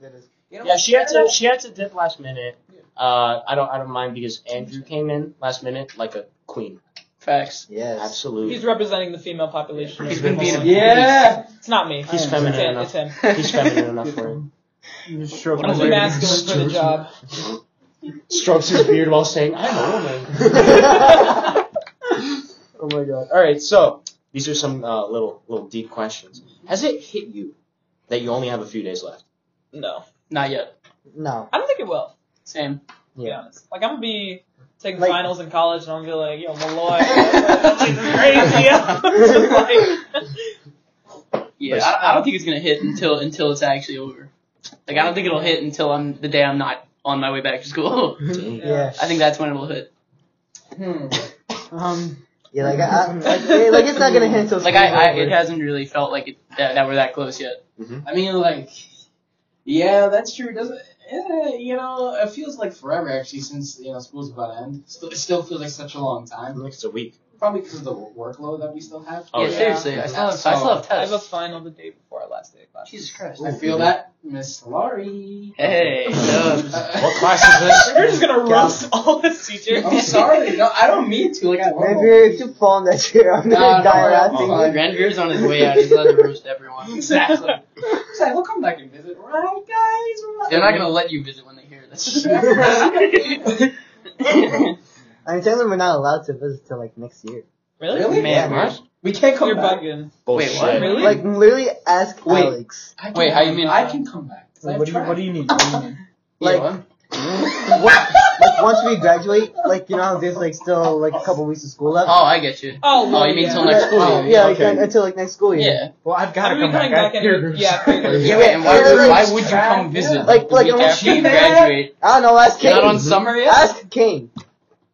That is-
You know
Yeah,
what?
she had to she had to dip last minute.
Yeah.
Uh, I don't I don't mind because Andrew came in last minute like a queen.
Facts.
Yes.
Absolutely.
He's representing the female population.
He's
of the
been beaten.
Mongolian.
Yeah.
It's not me.
He's
I am
feminine
it's him.
enough.
It's him.
He's feminine enough for it.
You sure
What is
He's
Wait,
too masculine for the job.
Strokes his beard while saying, "I'm a woman." oh my god! All right, so these are some uh, little little deep questions. Has it hit you that you only have a few days left?
No,
Not yet.
No.
I don't think it will.
Same.
To be honest, like I'm gonna be taking
Like-
finals in college, and I'm gonna be like, yo, Malloy, that's crazy. Like-
Yeah, I, I don't think it's gonna hit until until it's actually over. Like I don't think it'll hit until I'm the day I'm not on my way back to school.
Dang.
Yeah.
I think that's when it'll hit.
Hmm.
Um,
Yeah,
Mm.
like, I, I'm- like, yeah, like it's not gonna hit until
Like I, I
school's
it
over.
hasn't really felt like it that, that we're that close yet.
I mean, like, yeah, that's true. Doesn't eh, you know? It feels like forever actually since you know school's about to end. Still, it still feels like such a long
I
time.
think it's a week.
Probably because of the workload that we still have.
Oh,
yeah,
yeah.
seriously. I still have, I still have
I have a
tests.
final the day before our last day of class.
Jesus Christ.
I feel that, Miss Laurie.
Hey. so-
What class is this?
We're just gonna
Yeah.
roast all this teacher.
I'm sorry. No, I don't mean to. Like, I love
Maybe you're too fond that you're I'm
No,
gonna
don't
die
worry, I'm
laughing.
fine.
Grandvier's on his way out. He's allowed to roast everyone.
Exactly. It's like, we'll come back and visit, right, guys? Right?
They're not gonna let you visit when they hear this.
I'm telling them we're not allowed to visit till like next year.
Really?
Really?
Man,
What?
We can't come
You're
back.
bugging.
Bullshit.
what?
Really?
Like literally ask
Wait.
Alex.
I can
Wait, how you mean-
I can come back. 'cause I've
what, do you,
tried.
what do you need? What do you need?
Like,
Yeah.
what, like once we graduate, like you know how there's like still like a couple weeks of school left.
Oh, I get you.
Oh,
Oh, you mean
yeah.
till next school
Yeah,
year?
yeah, like,
Okay.
un- until like next school year.
Yeah.
Well, I've got to
Are we
come back.
coming
I
back
have peer
in-
groups.
yeah, peer groups.
Yeah, and why, would, why would you come visit
Like-
the
like,
week
I want
after you
you there.
graduate?
I don't know. Ask
You're
Kane.
Not on summer yet?
Ask Kane.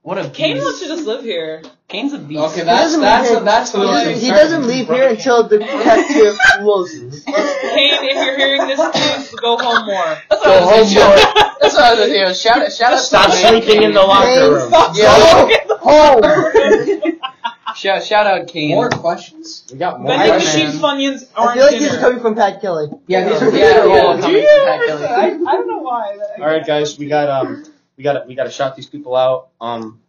What a
Kane
beast.
wants to just live here.
Kane's a beast.
Okay, that's
doesn't
that's that's
live here. He
a little
doesn't, he
concerning.
doesn't leave here until the cafeteria closes.
Kane, if you're hearing this, please go home more.
That's
Go
what I was
home,
gonna say, shout- That's what I was gonna say. yo, Shout out, shout out.
Stop
to the man
sleeping in the
Kane.
locker room.
Stop
Yeah.
talking.
Home.
Shout, shout out Kane.
More questions?
We got more.
Then
Vending
Iron
machines, Funyuns,
I
orange
feel like this is
dinner.
coming from Pat Kelly.
Yeah, these are
Yeah,
yeah,
yeah, yeah.
yeah.
Do you
Pat
ever
Kelly.
say- I, I don't know why. that-
All right, guys, we got um, we got to we got to shout these people out. Um,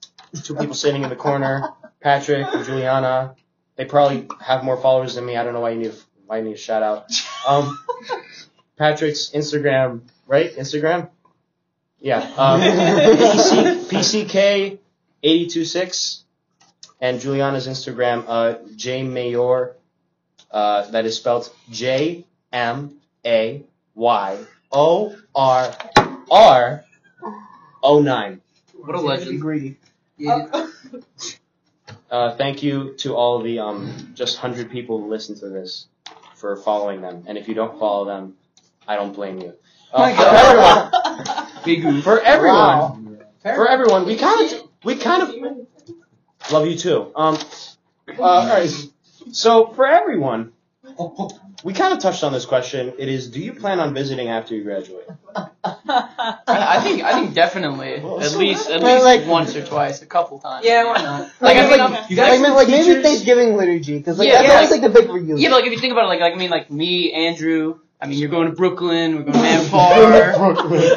two people sitting in the corner, Patrick and Juliana. They probably have more followers than me. I don't know why you need why you need a shout out. Um, Patrick's Instagram, right? Instagram. Yeah. Um, PC, PCK eighty two six, and Juliana's Instagram, uh, J Mayor. Uh, that is spelled J M A Y O R R 09.
What a legend.
Greedy.
Uh,
Uh, thank you to all the um, just 100 people who listen to this for following them. And if you don't follow them, I don't blame you. Uh,
My
for
God. Big
everyone, for everyone,
Wow.
for everyone, we kind of, we kind of love you too. Um, uh, all right. So for everyone, we kind of touched on this question. It is, do you plan on visiting after you graduate?
I, I think I think definitely
Well,
at least at
Well,
least
like-
once or twice, a couple times.
Yeah, why not?
Like, I
like,
mean,
like,
you
like,
guys-
maybe- like maybe
teachers-
Thanksgiving liturgy, because like
Yeah,
that's
yeah,
always like, the big reunion.
Yeah, but like if you think about it, like, like I mean, like me, Andrew. I mean, you're going to Brooklyn. We're going to Manpar.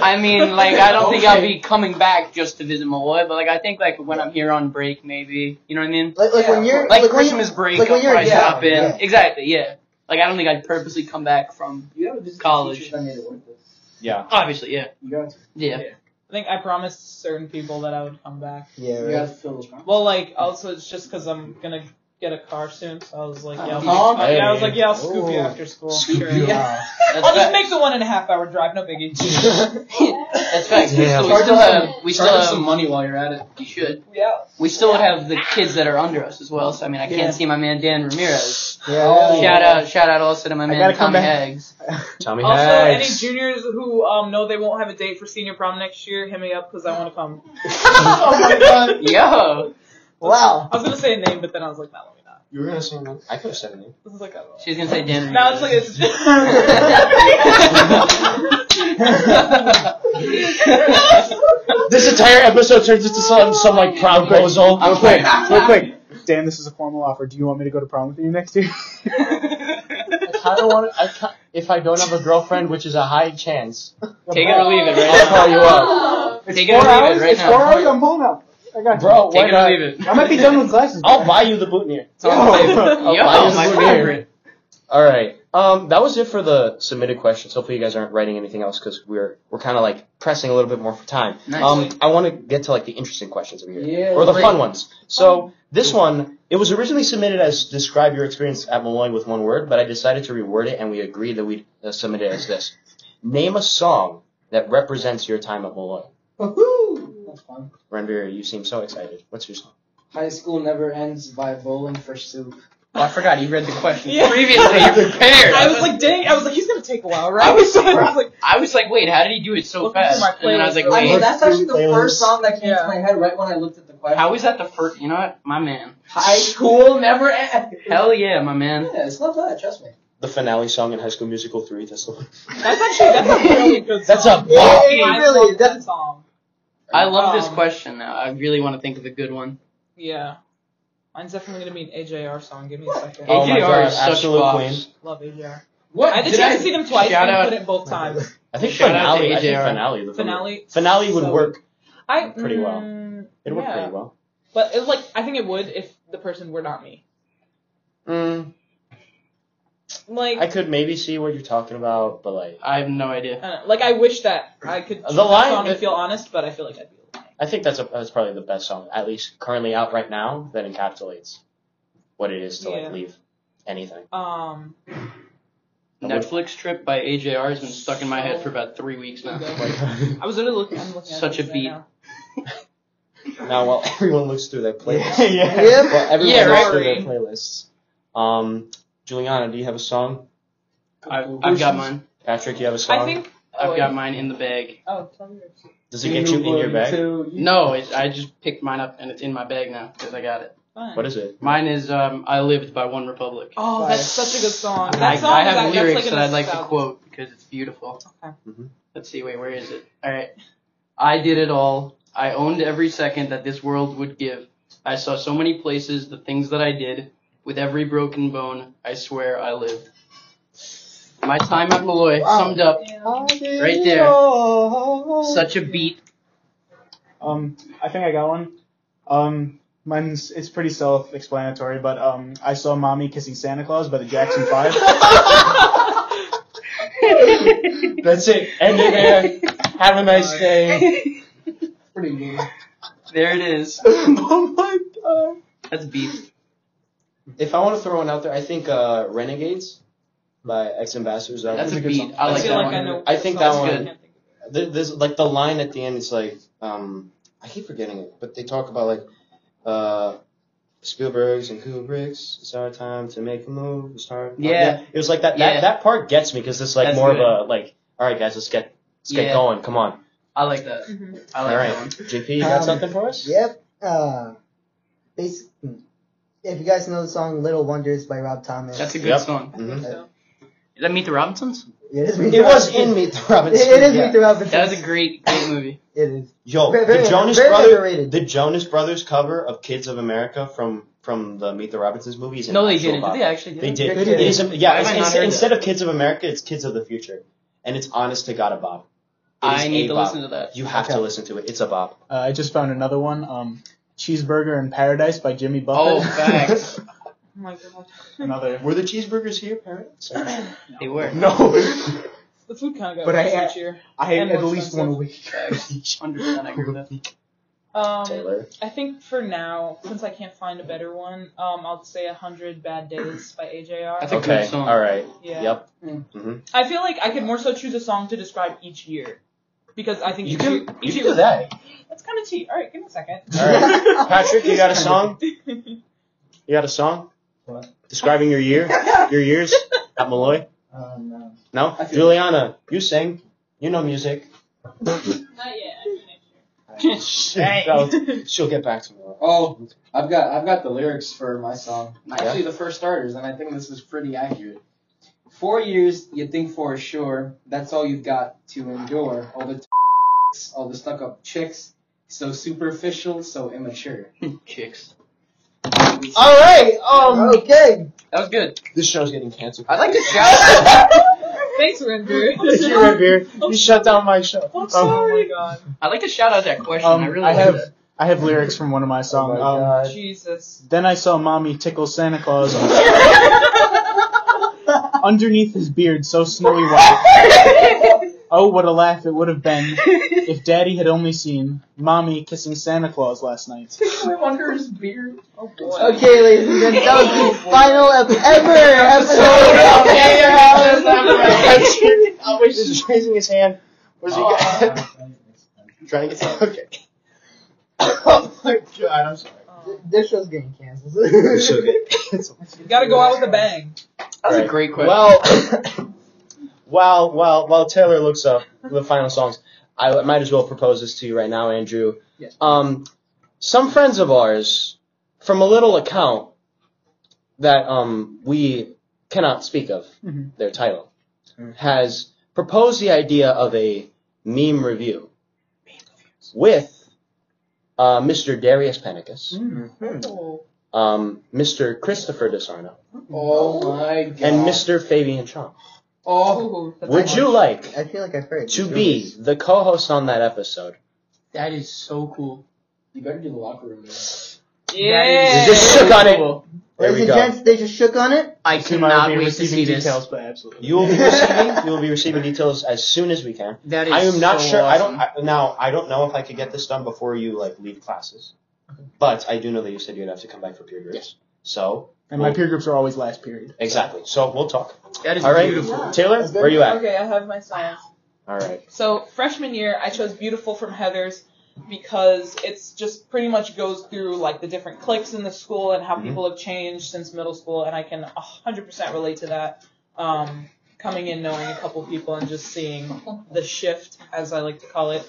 I mean, like I don't think I'll be coming back just to visit Malloy, but like I think like when I'm here on break, maybe you know what I mean.
like, like when
Yeah,
you're
Like,
like when you-
Christmas break,
like when you're
I'll probably
down,
stop in.
yeah.
Exactly, yeah. Like I don't think I'd purposely come back from.
You gotta visit
College.
the teachers that made it worth it.
Yeah.
Obviously, yeah,
You gotta,
yeah.
I think I promised certain people that I would come back.
Yeah,
you
right.
gotta fill those gaps.
Well, like, also, it's just because I'm gonna get a car soon, so I was like, yeah, I'll,
Tom?
yeah, I was like, yeah, I'll
Hey.
scoop you
Ooh.
after school.
Scoop
sure.
you.
Yeah.
Oh. That's
I'll just
fact.
make the one and a half hour drive, no biggie.
That's fact.
Yeah.
We still have. We
Charge
still
them
have.
some money while you're at it.
You should.
Yeah.
We still have the kids that are under us as well. So I mean, I can't
Yeah.
see my man Dan Ramirez.
Yeah.
Shout out, shout out also to my man
gotta come
Tommy
back.
Eggs.
Tommy
Also, any
Hanks.
juniors who um know they won't have a date for senior prom next year, hit me up because I want to come.
oh my god.
Yo,
Wow.
I was gonna say a name, but then I was like, no, let me not.
You were gonna say one. I could have said a name.
This is like a.
she's gonna say Dan.
Now it's like
Ramirez.
it's just.
This entire episode turns into some some like proposal.
Real quick, real quick. Dan, this is a formal offer. Do you want me to go to prom with you next year?
I kind of want. I ki- if I don't have a girlfriend, which is a high chance,
Take it or leave
I'll
it right now.
call you up,
It's
Take it
four
or leave it
hours.
right
it's
now.
four hours. I'm home now. I got you.
bro.
Take
Why
it or
not?
leave it.
I might be done with classes.
I'll buy you the boutonniere.
It's
Oh.
on the
I'll buy
table.
Yo.
you
Yo,
the
my
boutonniere.
favorite.
All right. Um, that was it for the submitted questions. Hopefully, you guys aren't writing anything else because we're we're kind of like pressing a little bit more for time.
Nice.
Um, I want to get to like the interesting questions over here
Yeah.
or the fun ones. So this one, it was originally submitted as describe your experience at Malloy with one word, but I decided to reword it, and we agreed that we'd uh, submit it as this: name a song that represents your time at Malloy.
That's fun.
Renvir, you seem so excited. What's your song?
High school never ends by bowling for soup.
Oh, I forgot you read the question
Yeah.
previously. You're prepared.
I was like, dang! I was like, he's gonna take a while, right?
I was
so I
surprised.
was like,
I was like, wait, how did he do it so
Looking
fast?
through my
And then I was like,
playlist.
I mean,
wait,
that's actually the
Playlist.
first song that came
Yeah.
to my head right when I looked at the question.
how is that the first? You know what, my man.
High school never ends.
Hell yeah, my man.
Yeah, it's not bad. Trust me.
The finale song in High School Musical three. That's the one.
that's actually that's a really good.
That's
song.
a Yeah,
I
really,
love that
that's-
song.
I love this
Um,
question now. I really want to think of a good one.
Yeah. Mine's definitely gonna be an AJR song. Give me a second.
Oh my
AJR
God,
is such
absolute
bops.
queen.
Love AJR.
What?
I had the
did
chance to see them twice
shout
and I
out-
put it both times.
I think
Shout out to
finale. I think
AJR.
finale. The
Finale.
Finale would
so-
work.
I
pretty well.
mm,
It would work
yeah.
pretty well.
But it, like I think it would if the person were not me.
Mm,
Like
I
I,
could maybe see what you're talking about, but like,
I have no idea.
don't know, like I wish that I could
The
choose that
line-
song and feel honest, but I feel like I'd be lying.
I think that's a, that's probably the best song, at least currently out right now, that encapsulates what it is to
Yeah.
like leave anything.
Um
Netflix trip by AJR has been stuck in my head for about three weeks now.
Like,
I was literally looking I'm looking at
Such a
this right
beat.
now.
now, while everyone looks through their playlist,
yeah.
Yep.
well, everyone
Yeah,
looks
right.
through their playlists. Um, Juliana, do you have a song?
I've, I've got mine.
Patrick, you have a song.
I think oh,
I've
wait.
got mine in the bag.
Oh, tell me yours.
Does it get you in your bag?
No, it, I just picked mine up and it's in my bag now because I got it.
Fine.
What is it?
Mine is um, "I Lived" by One Republic.
Oh, that's such a good song.
I,
That song
I
is
have
that,
lyrics
that's like
that I'd like to
nostalgic-
quote because it's beautiful.
Okay.
Mhm.
Let's see. Wait, where is it? All right. I did it all. I owned every second that this world would give. I saw so many places, the things that I did. With every broken bone, I swear I lived. My time at Malloy
Wow.
summed up. Oh. Right there. Such a beat.
Um, I think I got one. Um, mine's it's pretty self-explanatory, but um, I saw mommy kissing Santa Claus by the Jackson Five. Uh,
That's it. End it there. Have a nice day.
Pretty mean.
There it is.
oh my god.
That's beat.
If I want to throw one out there, I think uh, Renegades by Ex Ambassadors. uh, That
That's
was
a
good
beat.
song.
I
I
like
feel
that
like I
one.
know
I think
the
that
song, but I
one-
can't think of it.
There- There's like the line at the end is like um, I keep forgetting it, but they talk about like uh, Spielberg's and Kubrick's. It's our time to make a move. It's our
Yeah.
It was like that.
Yeah.
That, that part gets me because it's like
That's
more
good.
of a like. All right, guys, let's get let's get
Yeah.
going. Come on.
I like that.
Mm-hmm.
I like
all
that
right,
one.
JP, you got
Um,
something for us?
Yep. Uh, basic. If you guys know the song "Little Wonders" by Rob Thomas,
That's a good
Yep.
song.
I think
Mhm.
so.
Is that Meet the Robinsons?
it is.
It was in Meet the
It,
Robinson.
it is
yeah.
Meet the Robinsons.
That was a great, great movie.
It is.
Yo,
Very-
the
very-
Oh, Jonas
very
Brothers.
underrated.
The Jonas Brothers cover of "Kids of America" from from the Meet the Robinsons movie is an
No, they
actual
didn't.
bop.
Did they actually?
They
it?
did.
They
It
did.
is. a- Yeah.
Why have I
it's-
not
it's-
heard
instead of Kids of America, it's Kids of the Future, and it's honest to God a bop. It is
I need
a
to
bop.
listen to that.
You have to
Okay.
listen to it. It's a bop.
Uh, I just found another one. Um, Cheeseburger in Paradise by Jimmy
Oh,
Buffett.
facts.
Oh my god.
another.
Were the cheeseburgers here, parents?
They were.
no.
the food kind of got
But I-
worse each year.
I had
And
at
more
least one week.
Facts. 100% I agree with that.
Um,
Taylor.
I think for now, since I can't find a better one, um, I'll say hundred bad days by AJR.
That's a
Okay.
good song.
All right.
yeah.
Yep.
I feel like I could more so choose a song to describe each year, because I think
You
each year,
can you
each
can
year
do that.
That's kind of cheap. All right, give me a second.
All right. Patrick, you got a song? You got a song?
What?
Describing your year, your years at Malloy?
Oh no.
No.
I feel-
Juliana, you sing. You know music.
Not yet. I do next year.
That'll- She'll get back to me.
Oh, I've got I've got the lyrics for my song. Actually,
Yeah?
the first starters, and I think this is pretty accurate. Four years, you think for sure that's all you've got to endure. All the t- all the stuck-up chicks, so superficial, so immature.
Chicks.
All right. Um,
Okay.
That was good.
this show's getting canceled.
I'd Oh. like to shout.
Thanks, Render.
Thank you, Red Beard. You shut down my show.
I'm
sorry.
sorry. Oh my
I'd like to shout out that question.
Um,
I really
I
like
have-
that.
I have lyrics from one of
Oh
my
my
songs. um,
god.
God.
Jesus.
then I saw mommy tickle Santa Claus underneath his beard, so snowy white. Oh, what a laugh it would have been if Daddy had only seen mommy kissing Santa Claus last night.
under his beard.
Oh boy.
uh, Okay, ladies and gentlemen, that was the final ep- ever episode of
Okay,
Air
Alex,
Hours.
I'm ready. I wish he was raising his hand. Was he
Oh,
trying to get Okay. oh my god, I'm sorry.
Oh.
This show's getting canceled.
This show's getting canceled.
You gotta go out with a bang.
That's a
Right.
great question.
Well, while while while Taylor looks up the final songs, I might as well propose this to you right now, Andrew.
Yes.
Um, some friends of ours, from a little account that um we cannot speak of
Mm-hmm.
Mhm.
their title,
Mm.
has proposed the idea of a meme review with uh, Mr. Darius Panicus,
Mm.
Oh.
um, Mr. Christopher Desarno,
Oh my god.
and Mr. Fabian Chomp.
Oh,
that's
Would
awesome.
you like
I feel like I've heard.
to be the co-host on that episode.
that is so cool.
you better do the locker room.
Yeah.
You just shook on it. There
Ladies
we
and
go.
gents, they just shook on it.
I
Soon I will
cannot
be
wait to see
receiving
this.
details, but absolutely.
You will be receiving. You will be receiving details as soon as we can.
That is
I am not
so
sure. I don't I,
awesome.
now. I don't know if I could get this done before you like leave classes, but I do know that you said you'd have to come back for peer groups. So
And my peer groups are always last period.
exactly. So we'll talk.
That is
All right,
beautiful.
Taylor,
That's good.
where you at?
Okay, I have my songs.
All right.
So freshman year, I chose "Beautiful" from Heather's because it's just pretty much goes through like the different cliques in the school and how
Mhm.
people have changed since middle school, and I can 100% relate to that. Um, coming in, knowing a couple people, and just seeing the shift, as I like to call it.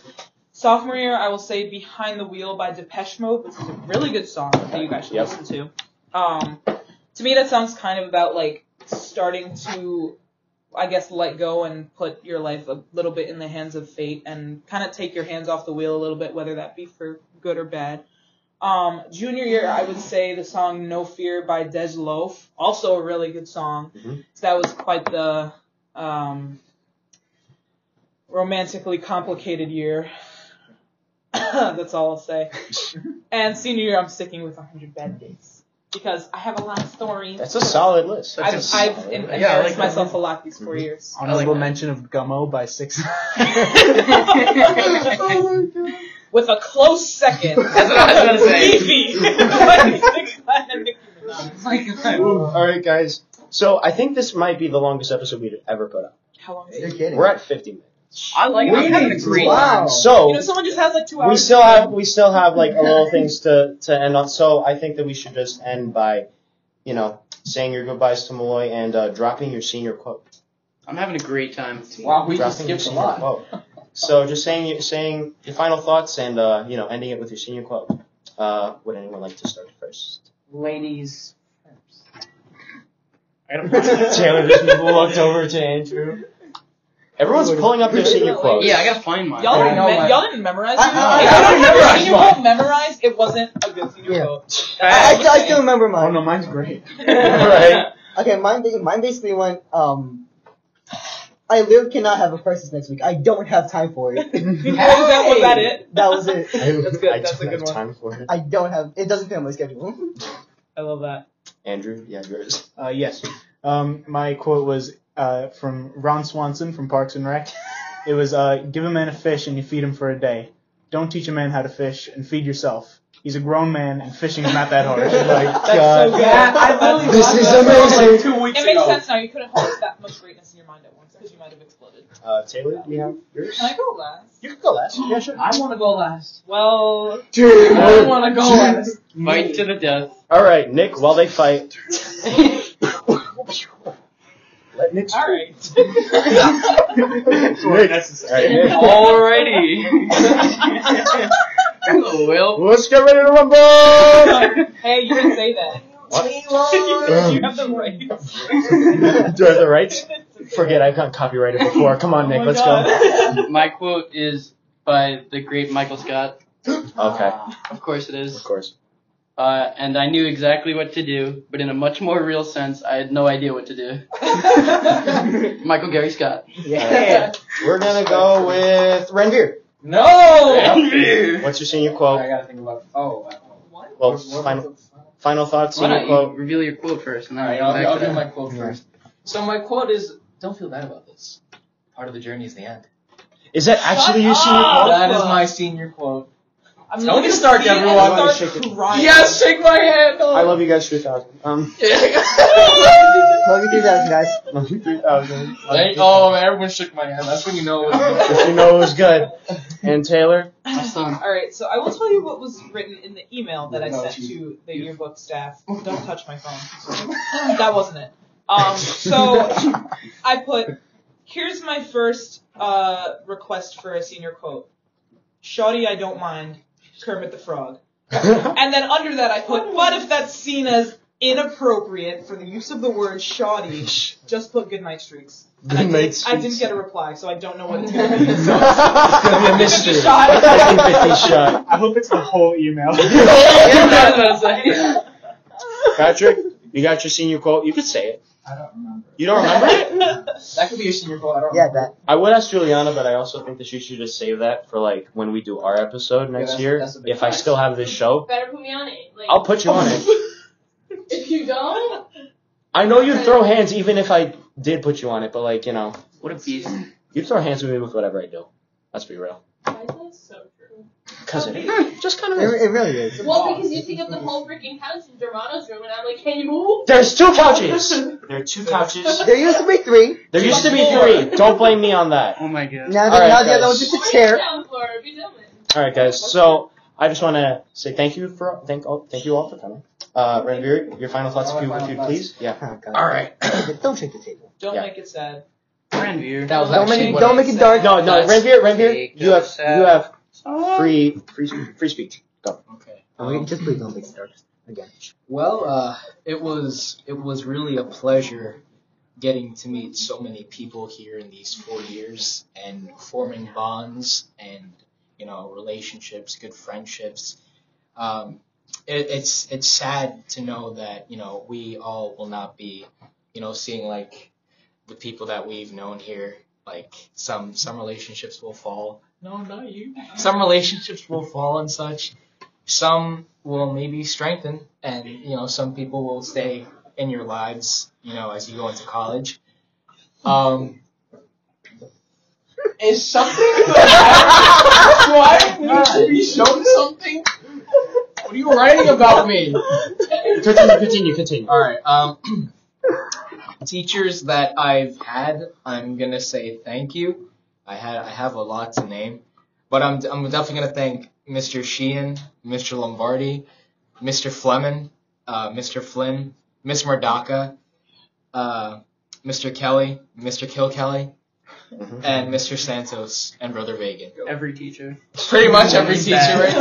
Sophomore year, I will say "Behind the Wheel" by Depeche Mode, which is a really good song that you guys should
Yep.
listen to. Um, to me, that sounds kind of about like starting to I guess let go and put your life a little bit in the hands of fate and kind of take your hands off the wheel a little bit, whether that be for good or bad. Um, junior year, I would say the song "No Fear" by Des Loaf, also a really good song.
Mhm.
So that was quite the um, romantically complicated year. That's all I'll say. and senior year, I'm sticking with 100 Bad Days because I have a lot of stories.
That's a solid list.
That's
I've,
a
That's a
I've
solid
em-
list.
I
embarrassed
like that
myself a lot these 4
Mhm.
years.
Honorable
that.
mention of Gummo by Six.
With a close second.
That's what I was gonna say.
Leafy. By Six Flags and Nicki Minaj.
All right, guys. So I think this might be the longest episode we've ever put out.
How long is
You're
it?
kidding.
We're at 50 minutes.
I like it. I'm having a great time.
Wow.
Oh.
So
You know, someone just has like two
Oh.
hours.
we still have we still have like a little things to to end on. So I think that we should just end by, you know, saying your goodbyes to Malloy and uh, dropping your senior quote.
I'm having a great time.
Wow, we just
dropping your
skipped a
senior
lot.
quote. So just saying your saying your final thoughts and uh, you know ending it with your senior quote. Uh, would anyone like to start first?
Ladies. I
Taylor just walked over to Andrew. Everyone's pulling up their senior quotes.
Yeah, I gotta find mine.
Y'all
I
didn't,
know
me-
my-
y'all didn't memorize
I-
your
I-
If you
I don't
didn't
memorize
get your
mine.
quote memorized, it wasn't a good senior
Yeah.
quote.
I, I, still, I still remember
Oh
mine.
no, mine's great.
right.
Okay, mine, ba- mine basically went, um, I literally cannot have a crisis next week. I don't have time for it.
Was that, was that it?
That was it.
That's good.
I
That's a
don't
good
have
one.
time for it.
I don't have, it doesn't fit on my schedule.
I love that.
Andrew, yeah, yours.
Uh, yes. Um, my quote was uh, from Ron Swanson from Parks and Rec. It was, uh, "Give a man a fish and you feed him for a day. Don't teach a man how to fish and feed yourself. He's a grown man and fishing is not that hard. Like, uh,
That's so
God.
good. I literally
This
watched
is
that show,
amazing.
Like two weeks
It makes
ago.
sense now. You couldn't hold that much greatness in your mind at once because you might have exploded.
Uh, Taylor, do you have yours?
Can I go last?
You can go last. Yeah, sure.
I want to go last.
Well,
Dude,
I want to go last.
Fight to the death.
All right, Nick. While they fight, let Nick.
all right.
Nick. All right, Nick.
Alrighty. well,
Let's get ready to rumble.
hey, you can say that.
Um,
you have the right.
Do I have the rights? Forget I got copyrighted before. Come
Oh
on, Nick. let's
my quote is by the great Michael Scott.
go. Okay,
Of course it is.
of course.
Uh, and I knew exactly what to do, but in a much more real sense, I had no idea what to do. Michael Gary Scott.
Yeah.
We're gonna go with Ranveer.
No.
What's your senior
I
quote?
gotta think about. Oh. I don't know.
What?
Well,
What- what-
final final thoughts.
Why
Senior
don't you
quote.
reveal your quote first, and
All
then
right,
I'll
I'll,
come back
I'll
to that.
do my quote first. So my quote is, "Don't feel bad about this. Part of the journey is the end."
Is that actually your
Shut
senior
up!
quote?
That is my senior quote.
I'm
Tony
gonna
Stark,
see it and
everyone.
Start
Shake it.
crying.
shake my hand.
I love you guys 3000. Um,
Love you 3000, guys.
3000.
oh, man, everyone shook my hand. That's when you know. It was
If you know it was good. And Taylor.
My son.
All right, so I will tell you what was written in the email that I
No,
sent
you-
to the yearbook staff. Don't touch my phone. That wasn't it. Um, so I put, here's my first uh, request for a senior quote. Shoddy, I don't mind. Kermit the Frog. And then under that I put, but if that's seen as inappropriate for the use of the word shoddy, just put goodnight streaks. And I didn't-
Goodnight
I didn't
Streaks.
get a reply, so I don't know what it's going to be. So
gonna be a
mystery.
shot.
I hope it's the whole email.
Yeah, that's what I'm saying.
Patrick, you got your senior quote. You could say it.
I don't remember.
You don't remember it?
That could be your senior quote. I don't.
Yeah,
remember.
that.
I would ask Juliana, but I also think that she should just save that for like when we do our episode next
that's-
year.
that's a big
if I
fact.
still have this show,
Better put me on it. Like,
I'll put you on it.
if you don't,
I know you'd throw hands even if I did put you on it, but like you know,
What a beast.
you'd throw hands with me with whatever I do. Let's be real.
why is that so true?
Cause it just kind
It,
of is.
it really is.
Well, because you take up the whole freaking couch in Germano's room, and I'm like, can you move?
There's two couches. There are two couches.
There used to be three.
There used to be three. Don't blame me on that.
Oh my god.
Now,
All
the,
right,
now the
guys.
other one's just
Or
a chair.
down floor, it'd be doing.
All right, guys. So I just want to say thank you for thank all thank you all for coming. Uh, Ranveer, your final thoughts, if you, if you please. Yeah.
Oh, God.
All right.
Don't shake the table.
don't
Yeah.
make it sad.
Grandview.
That was
Don't
actually
make,
what
don't
I
make it
said.
dark.
No, no,
That's
Ranveer, Ranveer,
fake.
you have
That's sad.
you have free free sp- free speech. Go.
Okay.
Oh, we- Just please don't make it dark. Again.
Well, uh, it was it was really a pleasure getting to meet so many people here in these four years and forming bonds and you know relationships, good friendships. Um, it, it's it's sad to know that you know we all will not be you know seeing like the people that we've known here. Like some some relationships will fall. No, not you. Some relationships will fall and such some will maybe strengthen and you know some people will stay in your lives you know as you go into college um is something why you be shown something what are you writing about me
Continue, continue, continue.
all right um teachers that i've had i'm gonna say thank you i had i have a lot to name but i'm, I'm definitely gonna thank mr sheehan mr lombardi Mr. Fleming, uh, Mr. Flynn, Miss Mardaka, uh, Mr. Kelly, Mr. Kill Kelly,
Mhm.
and Mr. Santos and Brother Vegan.
Every teacher.
Pretty much every teacher right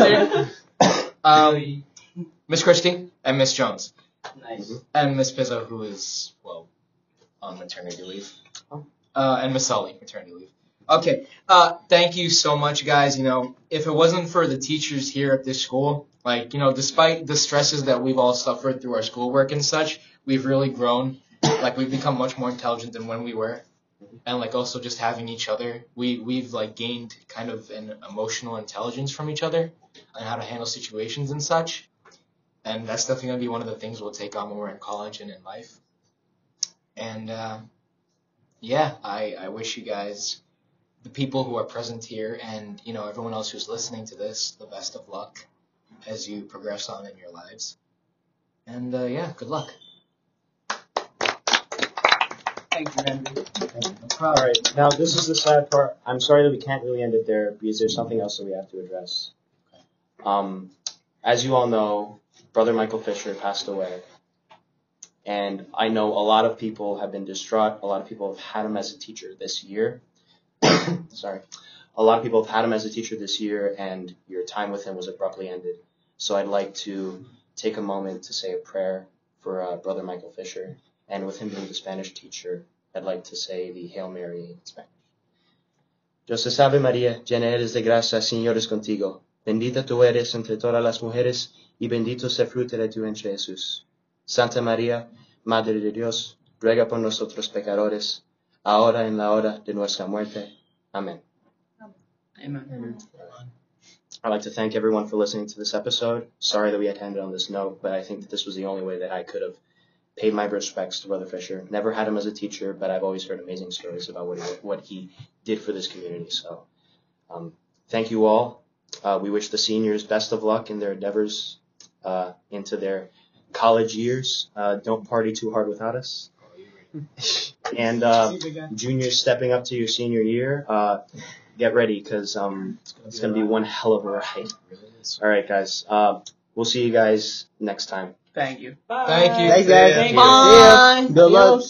there.
right
Um, Miss Christie and Miss Jones
nice.
and Miss Pizzo, who is well on maternity leave, uh, and Miss Sully maternity leave. Okay, uh, thank you so much, guys. You know, if it wasn't for the teachers here at this school, like you know, despite the stresses that we've all suffered through our schoolwork and such, we've really grown. Like we've become much more intelligent than when we were, and like also just having each other, we we've like gained kind of an emotional intelligence from each other on how to handle situations and such and that's definitely gonna be one of the things we'll take on when we're in college and in life.
um,
And uh, yeah, I I wish you guys
the people who are present here and you know everyone else who's listening to this the best of luck as you progress on in your lives. And uh, yeah, good luck.
Thank you, Andrew.
All right. Now this is the sad part. I'm sorry that we can't really end it there because there's something else that we have to address. Um, as you all know, Brother Michael Fisher passed away, and I know a lot of people have been distraught. A lot of people have had him as a teacher this year. sorry. A lot of people have had him as a teacher this year, and your time with him was abruptly ended. So I'd like to take a moment to say a prayer for uh, Brother Michael Fisher, and with him being the Spanish teacher. I'd like to say the Hail Mary in Spanish. Dios te salve María, llena eres de gracia, Señor es contigo. Bendita tú eres entre todas las mujeres, y bendito es el fruto de tu vientre Jesús. Santa María, Madre de Dios, ruega por nosotros pecadores, ahora en la hora de nuestra muerte. Amen.
Amen.
I'd like to thank everyone for listening to this episode. Sorry that we had to end it on this note, but I think that this was the only way that I could have paid my respects to Brother Fisher. Never had him as a teacher, but I've always heard amazing stories about what he, what he did for this community. So, um, thank you all. Uh, we wish the seniors best of luck in their endeavors uh, into their college years. Uh, don't party too hard without us. and uh, juniors stepping up to your senior year, uh, get ready because um, it's gonna be one hell of a ride. All right, guys. Uh, we'll see you guys next time.
Thank you.
Bye.
Thank you.
Thanks, guys.
Thank you.
Bye.
Bye.
Good luck.